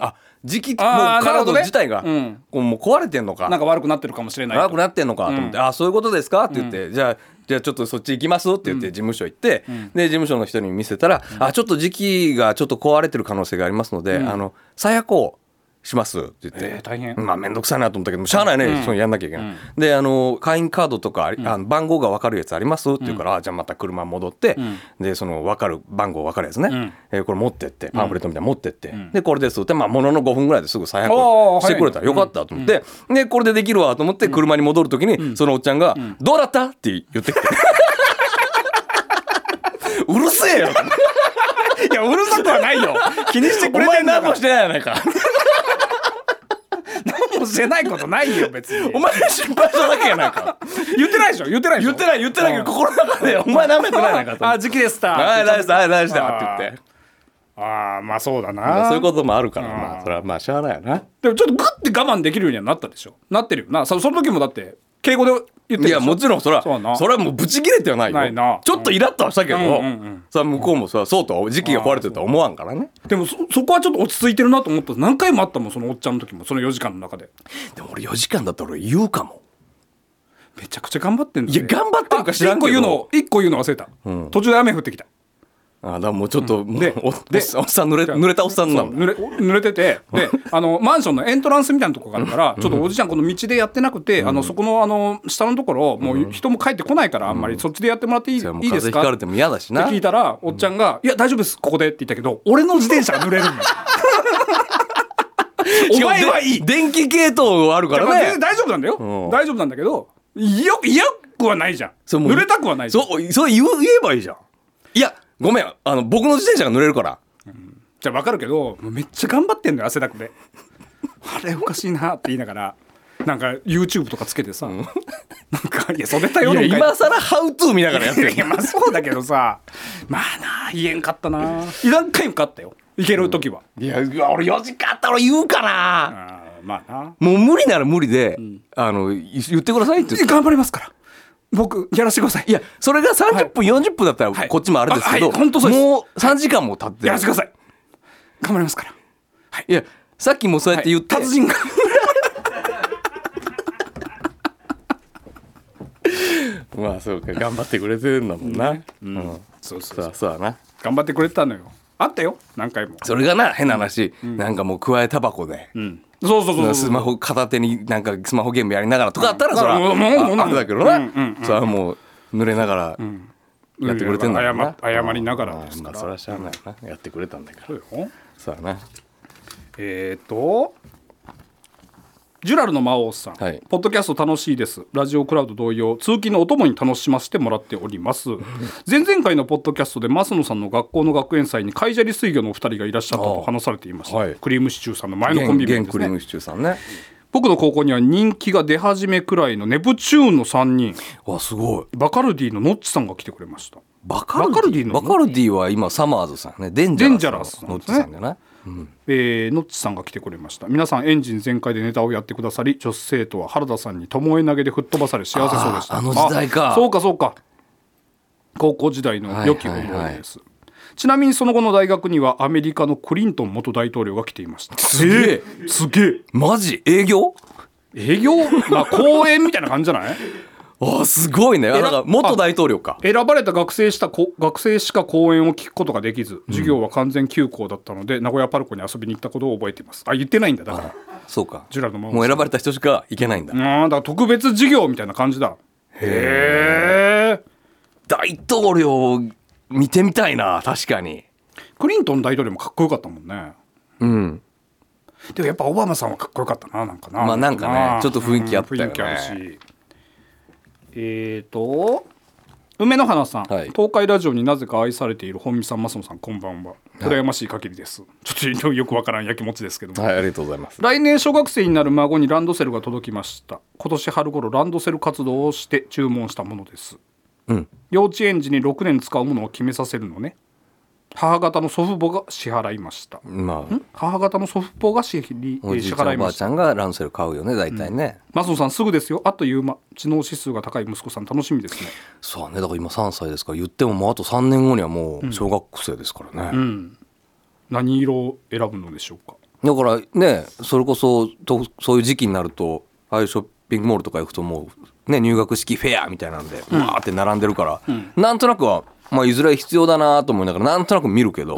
Speaker 4: あ磁気もう
Speaker 3: あーなる
Speaker 4: カ
Speaker 3: ほ
Speaker 4: ード
Speaker 3: どね
Speaker 4: 自体が、
Speaker 3: うん
Speaker 4: こうもう壊れてんの
Speaker 3: うんなん
Speaker 4: か
Speaker 3: か悪くなってるかもしれない
Speaker 4: 長く
Speaker 3: な
Speaker 4: なってんのかと思って「あそういうことですか?」って言って「じゃあじゃあちょっとそっち行きます」って言って事務所行って、で事務所の人に見せたら「あちょっと磁気がちょっと壊れてる可能性がありますので、あの最悪をします」って言って、
Speaker 3: えー大変
Speaker 4: まあ面倒くさいなと思ったけどもしゃあないね、そのやんなきゃいけない、であの会員カードとかあり、あの番号が分かるやつありますって言うから、あじゃあまた車戻って、でその分かる番号分かるやつね、
Speaker 3: ん
Speaker 4: えーこれ持ってってパンフレットみたいなの持ってって、でこれですって、まあ、ものの5分ぐらいですぐ再
Speaker 3: お
Speaker 4: 販
Speaker 3: ー
Speaker 4: してくれたらよかったと思って、でこれでできるわと思って車に戻る時に、そのおっちゃんが「どうだった?」って言ってきて。うるせえよ
Speaker 3: いやうるさくはないよ気にして
Speaker 4: お
Speaker 3: くれて
Speaker 4: 前
Speaker 3: んだか
Speaker 4: 何
Speaker 3: ら
Speaker 4: もしてないやないか
Speaker 3: 何もしてないことないよ別に
Speaker 4: お前が心配しただけやないか
Speaker 3: 言ってないでしょ言ってないでし
Speaker 4: 言
Speaker 3: ょ
Speaker 4: ってない言ってないけど
Speaker 3: うん
Speaker 4: 心の中で「お前舐めてないやないか」と思って
Speaker 3: あ時期でした
Speaker 4: はい、大した、はい、大した
Speaker 3: あー
Speaker 4: って言って。
Speaker 3: ああまあそうだ
Speaker 4: まあ
Speaker 3: な
Speaker 4: そういうこともあるから、
Speaker 3: あー
Speaker 4: まあ、それはまあ、しゃあないよな。
Speaker 3: でもちょっとグッて我慢できるようにはなったでしょなってるよなそその時もだって敬語で言ってるで
Speaker 4: い
Speaker 3: しょ
Speaker 4: や、もちろん、それは、
Speaker 3: そうやな
Speaker 4: それはもう、ブチ切れてはないよ。
Speaker 3: ないな
Speaker 4: ちょっとイラッとはしたけど、
Speaker 3: うんうんうん
Speaker 4: さあ、向こうも、それはそうとは、時期が壊れてるとは思わんからね。
Speaker 3: でもそそこはちょっと落ち着いてるなと思った何回もあったもんそのおっちゃんの時もその4時間の中で
Speaker 4: でも、俺、4時間だったら、俺、言うかも。
Speaker 3: めちゃくちゃ頑張ってんだ
Speaker 4: いや、頑張ってるか知らん
Speaker 3: 1個
Speaker 4: け
Speaker 3: 言う
Speaker 4: ど
Speaker 3: の。一個言うの忘れた、途中で雨降ってきた
Speaker 4: あー、だからもう、ちょっと、もう
Speaker 3: で
Speaker 4: おおっ
Speaker 3: で
Speaker 4: さんおっさん、濡れ、濡れたおっさんな
Speaker 3: そう
Speaker 4: の。
Speaker 3: 濡れ濡れてて であのマンションのエントランスみたいなとこがあるから、ちょっとおじちゃんこの道でやってなくて、あのそこのあの下のところもう人も帰ってこないからあんまり、そっちでやってもらっていい,、
Speaker 4: じゃあもう
Speaker 3: いいです
Speaker 4: 風邪ひか
Speaker 3: か
Speaker 4: れても嫌だしな
Speaker 3: って聞いたらおっちゃんが「いや大丈夫ですここで」って言ったけど俺の自転車が濡れる んだお前はい
Speaker 4: い。電気系統あるか
Speaker 3: だから全
Speaker 4: ら
Speaker 3: 然
Speaker 4: ね。
Speaker 3: 大丈夫なんだよ、
Speaker 4: うん
Speaker 3: 大丈夫なんだけどよ嫌くはないじゃん
Speaker 4: そもう
Speaker 3: 濡れたくはないじゃん
Speaker 4: そう、そう言う言えばいいじゃん。いや、ごめん、あの、僕の自転車が濡れるから。
Speaker 3: じゃあ分かるけどもうめっちゃ頑張ってんのよ汗だくで あれおかしいなって言いながらなんか YouTube とかつけてさ、なんかいや袖たよ
Speaker 4: いや
Speaker 3: の
Speaker 4: 今更ハウトゥー見ながらやってる
Speaker 3: いやまあそうだけどさまあな言えんかったな何回も勝ったよいける時は、
Speaker 4: いやうわ俺4時間あったら俺言うかな
Speaker 3: あーまあな
Speaker 4: もう無理なら無理で、あのい言ってくださいって言って
Speaker 3: 頑張りますから僕やらせてください
Speaker 4: いやそれが30分、40分だったら
Speaker 3: はい
Speaker 4: こっちもあれですけど、
Speaker 3: あはい本当そうです
Speaker 4: もう3時間も経ってる
Speaker 3: やらせてください頑張りますから
Speaker 4: いやさっきもそうやって言って、
Speaker 3: 達人が
Speaker 4: まあそうか頑張ってくれてるんだもんな、うん
Speaker 3: そうそう
Speaker 4: そうだそうだな
Speaker 3: 頑張ってくれてたのよあったよ何回も
Speaker 4: それがな変な話、なんかもう加えタバコで、
Speaker 3: うんそうそうそうそう
Speaker 4: スマホ片手になんかスマホゲームやりながらとかあったら
Speaker 3: うん
Speaker 4: それは、
Speaker 3: もうもうもう
Speaker 4: ああれだけどな、
Speaker 3: うんうん
Speaker 4: それはもう濡れながらやってくれてんだ
Speaker 3: うん謝謝りながらですか
Speaker 4: まあ
Speaker 3: ら
Speaker 4: それはしゃあないな、やってくれたんだか
Speaker 3: そ
Speaker 4: ら
Speaker 3: うよ
Speaker 4: そうだな
Speaker 3: えーとジュラルの魔王さん、
Speaker 4: はい
Speaker 3: ポッドキャスト楽しいですラジオクラウド同様通勤のお供に楽しませてもらっており ます前々回のポッドキャストで増野さんの学校の学園祭に海砂利水魚のお二人がいらっしゃったと話されていました、
Speaker 4: はい
Speaker 3: クリームシチューさんの前のコン
Speaker 4: 現
Speaker 3: ビ名
Speaker 4: 現
Speaker 3: です
Speaker 4: クリー
Speaker 3: ね
Speaker 4: ムシチューさんね
Speaker 3: 僕の高校には人気が出始めくらいのネプチューンの3人
Speaker 4: わすごい
Speaker 3: バカルディのノッチさんが来てくれました
Speaker 4: バカルディ
Speaker 3: バカルディの
Speaker 4: バカルディは今サマーズさんねデンジ
Speaker 3: デンジ
Speaker 4: ャ
Speaker 3: ャ
Speaker 4: ラ
Speaker 3: ラ
Speaker 4: ス
Speaker 3: スさん
Speaker 4: のノ
Speaker 3: で
Speaker 4: ッ
Speaker 3: す
Speaker 4: チ
Speaker 3: ね
Speaker 4: さんだよね
Speaker 3: えー、ノッチさんが来てくれました皆さんエンジン全開でネタをやってくださり女子生徒は原田さんに巴投げで吹っ飛ばされ幸せそうでした
Speaker 4: あーあの時代か
Speaker 3: あそうかそうか高校時代の良き思い出です、
Speaker 4: はいはいはい
Speaker 3: ちなみにその後の大学にはアメリカのクリントン元大統領が来ていました
Speaker 4: すげえ
Speaker 3: えーすげえ
Speaker 4: マジ営業
Speaker 3: 営業まあ公演みたいな感じじゃ ない
Speaker 4: あすごいねあ
Speaker 3: えら
Speaker 4: だから元大統領か
Speaker 3: 選ばれた学生したこ学生しか講演を聞くことができず授業は完全休校だったので、名古屋パルコに遊びに行ったことを覚えていますあ言ってないんだだから
Speaker 4: そうか
Speaker 3: ジュラルの魔王さん
Speaker 4: もう選ばれた人しか行けないんだ
Speaker 3: ああだから特別授業みたいな感じだへえ
Speaker 4: 大統領見てみたいな確かに
Speaker 3: クリントン大統領もかっこよかったもんね
Speaker 4: うん
Speaker 3: でもやっぱオバマさんはかっこよかったななんかな
Speaker 4: まあなんかねちょっと雰囲気あったよね
Speaker 3: 雰囲気あるしえーと梅の花さん、
Speaker 4: はい
Speaker 3: 東海ラジオになぜか愛されている本見さん増野さんこんばんは羨ましい限りです、ちょっとよくわからんやきもちですけども、
Speaker 4: はいありがとうございます
Speaker 3: 来年小学生になる孫にランドセルが届きました今年春頃ランドセル活動をして注文したものです、
Speaker 4: うん
Speaker 3: 幼稚園児に6年使うものを決めさせるのね母方の祖父母が支払いました
Speaker 4: まあ
Speaker 3: 母方の祖父母が支払
Speaker 4: おじ
Speaker 3: 支
Speaker 4: いちゃ
Speaker 3: 払
Speaker 4: ん
Speaker 3: い
Speaker 4: おば
Speaker 3: ま
Speaker 4: あ
Speaker 3: し
Speaker 4: ち
Speaker 3: た
Speaker 4: ゃんがランドセル買うよね大体ね、
Speaker 3: 松野さんすぐですよあっという間知能指数が高い息子さん楽しみですね
Speaker 4: そうねだから今3歳ですから言ってももうあと3年後にはもう小学生ですからね、
Speaker 3: 何色を選ぶのでしょうか
Speaker 4: だからねそれこそとそういう時期になるとああいうショッピングモールとか行くともう、ね、入学式フェアみたいなんでわーって並んでるから、なんとなくは、まあ、いずれ必要だなと思いながらなんとなく見るけど、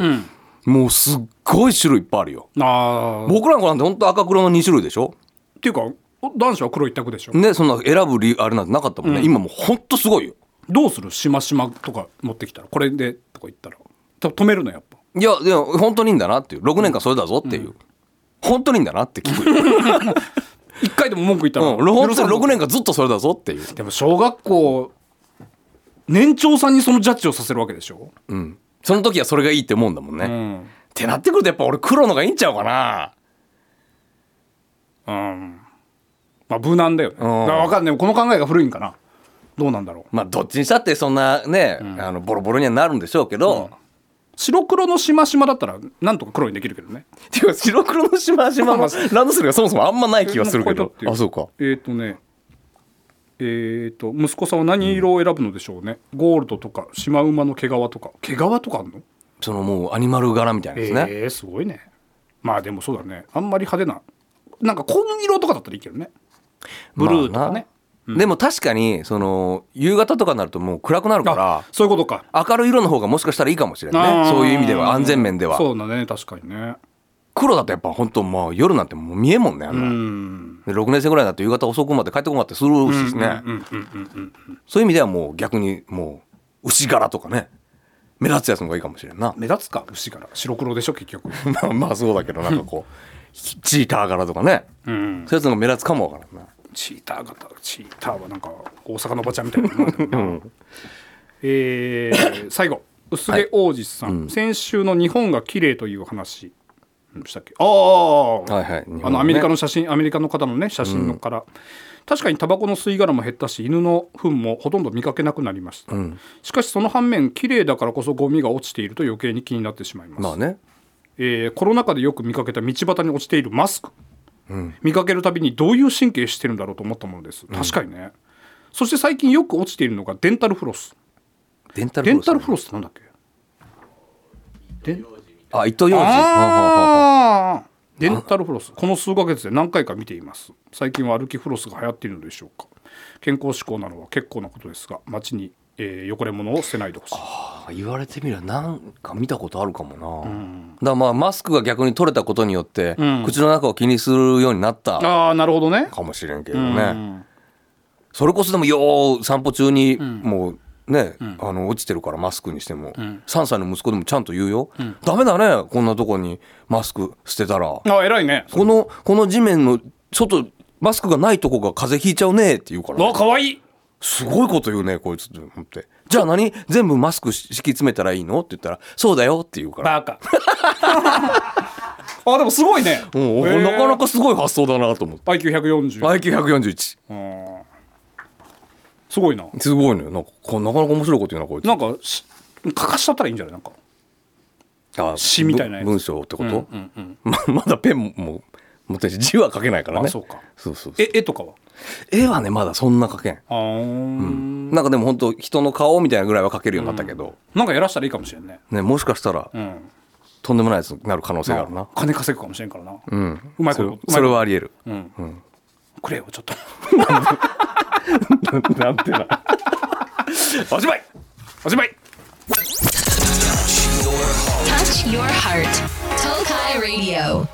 Speaker 4: もうすっごい種類いっぱいあるよ。
Speaker 3: あーっ
Speaker 4: 僕らの子なんて本当赤黒の2種類でしょ
Speaker 3: ていうかお男子は黒一択でしょ、
Speaker 4: ねそんな選ぶ理由あれなんてなかったもんね、今もう本当すごいよ
Speaker 3: どうするしましまとか持ってきたらこれでとか言ったらと止めるのやっぱ
Speaker 4: いやでも本当にいいんだなっていう6年間それだぞっていう、本当にいいんだなって聞く よ、
Speaker 3: 一回でも文句言ったら、
Speaker 4: うん、本当
Speaker 3: 許
Speaker 4: に
Speaker 3: さ
Speaker 4: 6
Speaker 3: んぞ
Speaker 4: 年間ずっとそれだぞっていう
Speaker 3: でも小学校年長さんにそのジャッジをさせるわけでしょ、
Speaker 4: うんその時はそれがいいって思うんだもんね、
Speaker 3: う
Speaker 4: っ
Speaker 3: ん
Speaker 4: てなってくるとやっぱ俺黒のがいいんちゃうかな
Speaker 3: うんまあ無難だよね、だ
Speaker 4: ん
Speaker 3: から分かんないこの考えが古いんかなどうなんだろう
Speaker 4: まあどっちにしたってそんなね、あのボロボロにはなるんでしょうけど、
Speaker 3: 白黒のしましまだったらなんとか黒にできるけどね
Speaker 4: ていうか白黒のしましまもランドセルがそもそもあんまない気がするけ
Speaker 3: も
Speaker 4: ど
Speaker 3: これだっていう
Speaker 4: あそうか
Speaker 3: えっ、とねえー、と息子さんは何色を選ぶのでしょうね、ゴールドとかシマウマの毛皮とか毛皮とかあんの
Speaker 4: そのもうアニマル柄みたいな
Speaker 3: え
Speaker 4: ですね、
Speaker 3: えーすごいねまあでもそうだねあんまり派手ななんか紺色とかだったらいいけどねブルーとかね、
Speaker 4: まあなでも確かにその夕方とかになるともう暗くなるか
Speaker 3: そういうことから
Speaker 4: 明るい色の方がもしかしたらいいかもしれない
Speaker 3: あ
Speaker 4: ね
Speaker 3: ー
Speaker 4: そういう意味では安全面では
Speaker 3: そうだね確かにね
Speaker 4: 黒だとやっぱ本当もう夜なんてもう見えんもんねあん
Speaker 3: う
Speaker 4: な、
Speaker 3: ん
Speaker 4: で6年生ぐらいだと夕方遅くまで帰ってこなかったりするしね
Speaker 3: うんうんうんうん
Speaker 4: そういう意味ではもう逆にもう牛柄とかね目立つやつの方がいいかもしれんな
Speaker 3: 目立つか牛から白黒でしょ結局
Speaker 4: まあまあそうだけどなんかこうチーター柄とかね
Speaker 3: うん
Speaker 4: そういうやつの方が目立つかもわからんな
Speaker 3: チーター型チーターはなんか大阪のおばちゃんみたいなもんだよな、えー最後薄毛王子さん、先週の日本が綺麗という話うんしたっけああ、
Speaker 4: はいはい日本
Speaker 3: あ
Speaker 4: ね
Speaker 3: のアメリカの写真アメリカの方のね写真のから、確かにタバコの吸い殻も減ったし犬の糞もほとんど見かけなくなりました、しかしその反面綺麗だからこそゴミが落ちていると余計に気になってしまいます、
Speaker 4: まあね
Speaker 3: えーコロナ禍でよく見かけた道端に落ちているマスク、見かけるたびにどういう神経してるんだろうと思ったものです確かにね、そして最近よく落ちているのがデンタルフロス
Speaker 4: デンタル
Speaker 3: デンタル
Speaker 4: フ
Speaker 3: フ
Speaker 4: ロ
Speaker 3: ロスってなんだっけデン
Speaker 4: スあ糸ようじ
Speaker 3: あーデンタルフロスこの数ヶ月で何回か見ています最近は歩きフロスが流行っているのでしょうか健康志向なのは結構なことですが街に、えー汚れ物を捨てないでほしい
Speaker 4: あ言われてみればなんか見たことあるかもな、だからまあマスクが逆に取れたことによって、
Speaker 3: ん
Speaker 4: 口の中を気にするようになった
Speaker 3: ああなるほどね
Speaker 4: かもしれんけど
Speaker 3: う
Speaker 4: ね、
Speaker 3: ん
Speaker 4: それこそでもよう散歩中にもうね、あの落ちてるからマスクにしても、3歳の息子でもちゃんと言うよ、ダメだねこんなとこにマスク捨てたら、
Speaker 3: あ偉いね
Speaker 4: このこの地面の外マスクがないとこが風邪ひいちゃうねって言うから
Speaker 3: わ可愛い
Speaker 4: すごいこと言うねこいつって思ってじゃあ何全部マスクし敷き詰めたらいいのって言ったらそうだよって言うから、
Speaker 3: バカ あでもすごいね、
Speaker 4: うんお
Speaker 3: へー
Speaker 4: なかなかすごい発想だなと思って
Speaker 3: IQ140、
Speaker 4: IQ141
Speaker 3: うんすごいな
Speaker 4: すごいのよなんかこなかなか面白いこと言うなこいつ
Speaker 3: なんかし書かしちゃったらいいんじゃないなんか
Speaker 4: あ
Speaker 3: 詩みたいなやつ
Speaker 4: ぶ文章ってこと、
Speaker 3: うんうん
Speaker 4: ま まだペンもも持ってるし字は書けないからね
Speaker 3: あそうか
Speaker 4: そうそうそう
Speaker 3: え絵とかは
Speaker 4: 絵はねまだそんな書けん
Speaker 3: あーん
Speaker 4: なんかでも本当人の顔みたいなぐらいは書けるようになったけど、
Speaker 3: なんかやらしたらいいかもしれんね
Speaker 4: ね、もしかしたら
Speaker 3: うん
Speaker 4: とんでもないやつになる可能性があるな、
Speaker 3: 金稼ぐかもしれんからなう
Speaker 4: うん、
Speaker 3: まいこ
Speaker 4: そ
Speaker 3: とう
Speaker 4: れ
Speaker 3: まいこと
Speaker 4: それはあり得る
Speaker 3: うん、くれよちょっと
Speaker 4: なんてな
Speaker 3: おしまいおしまい
Speaker 2: Touch your heart. Tokai Radio.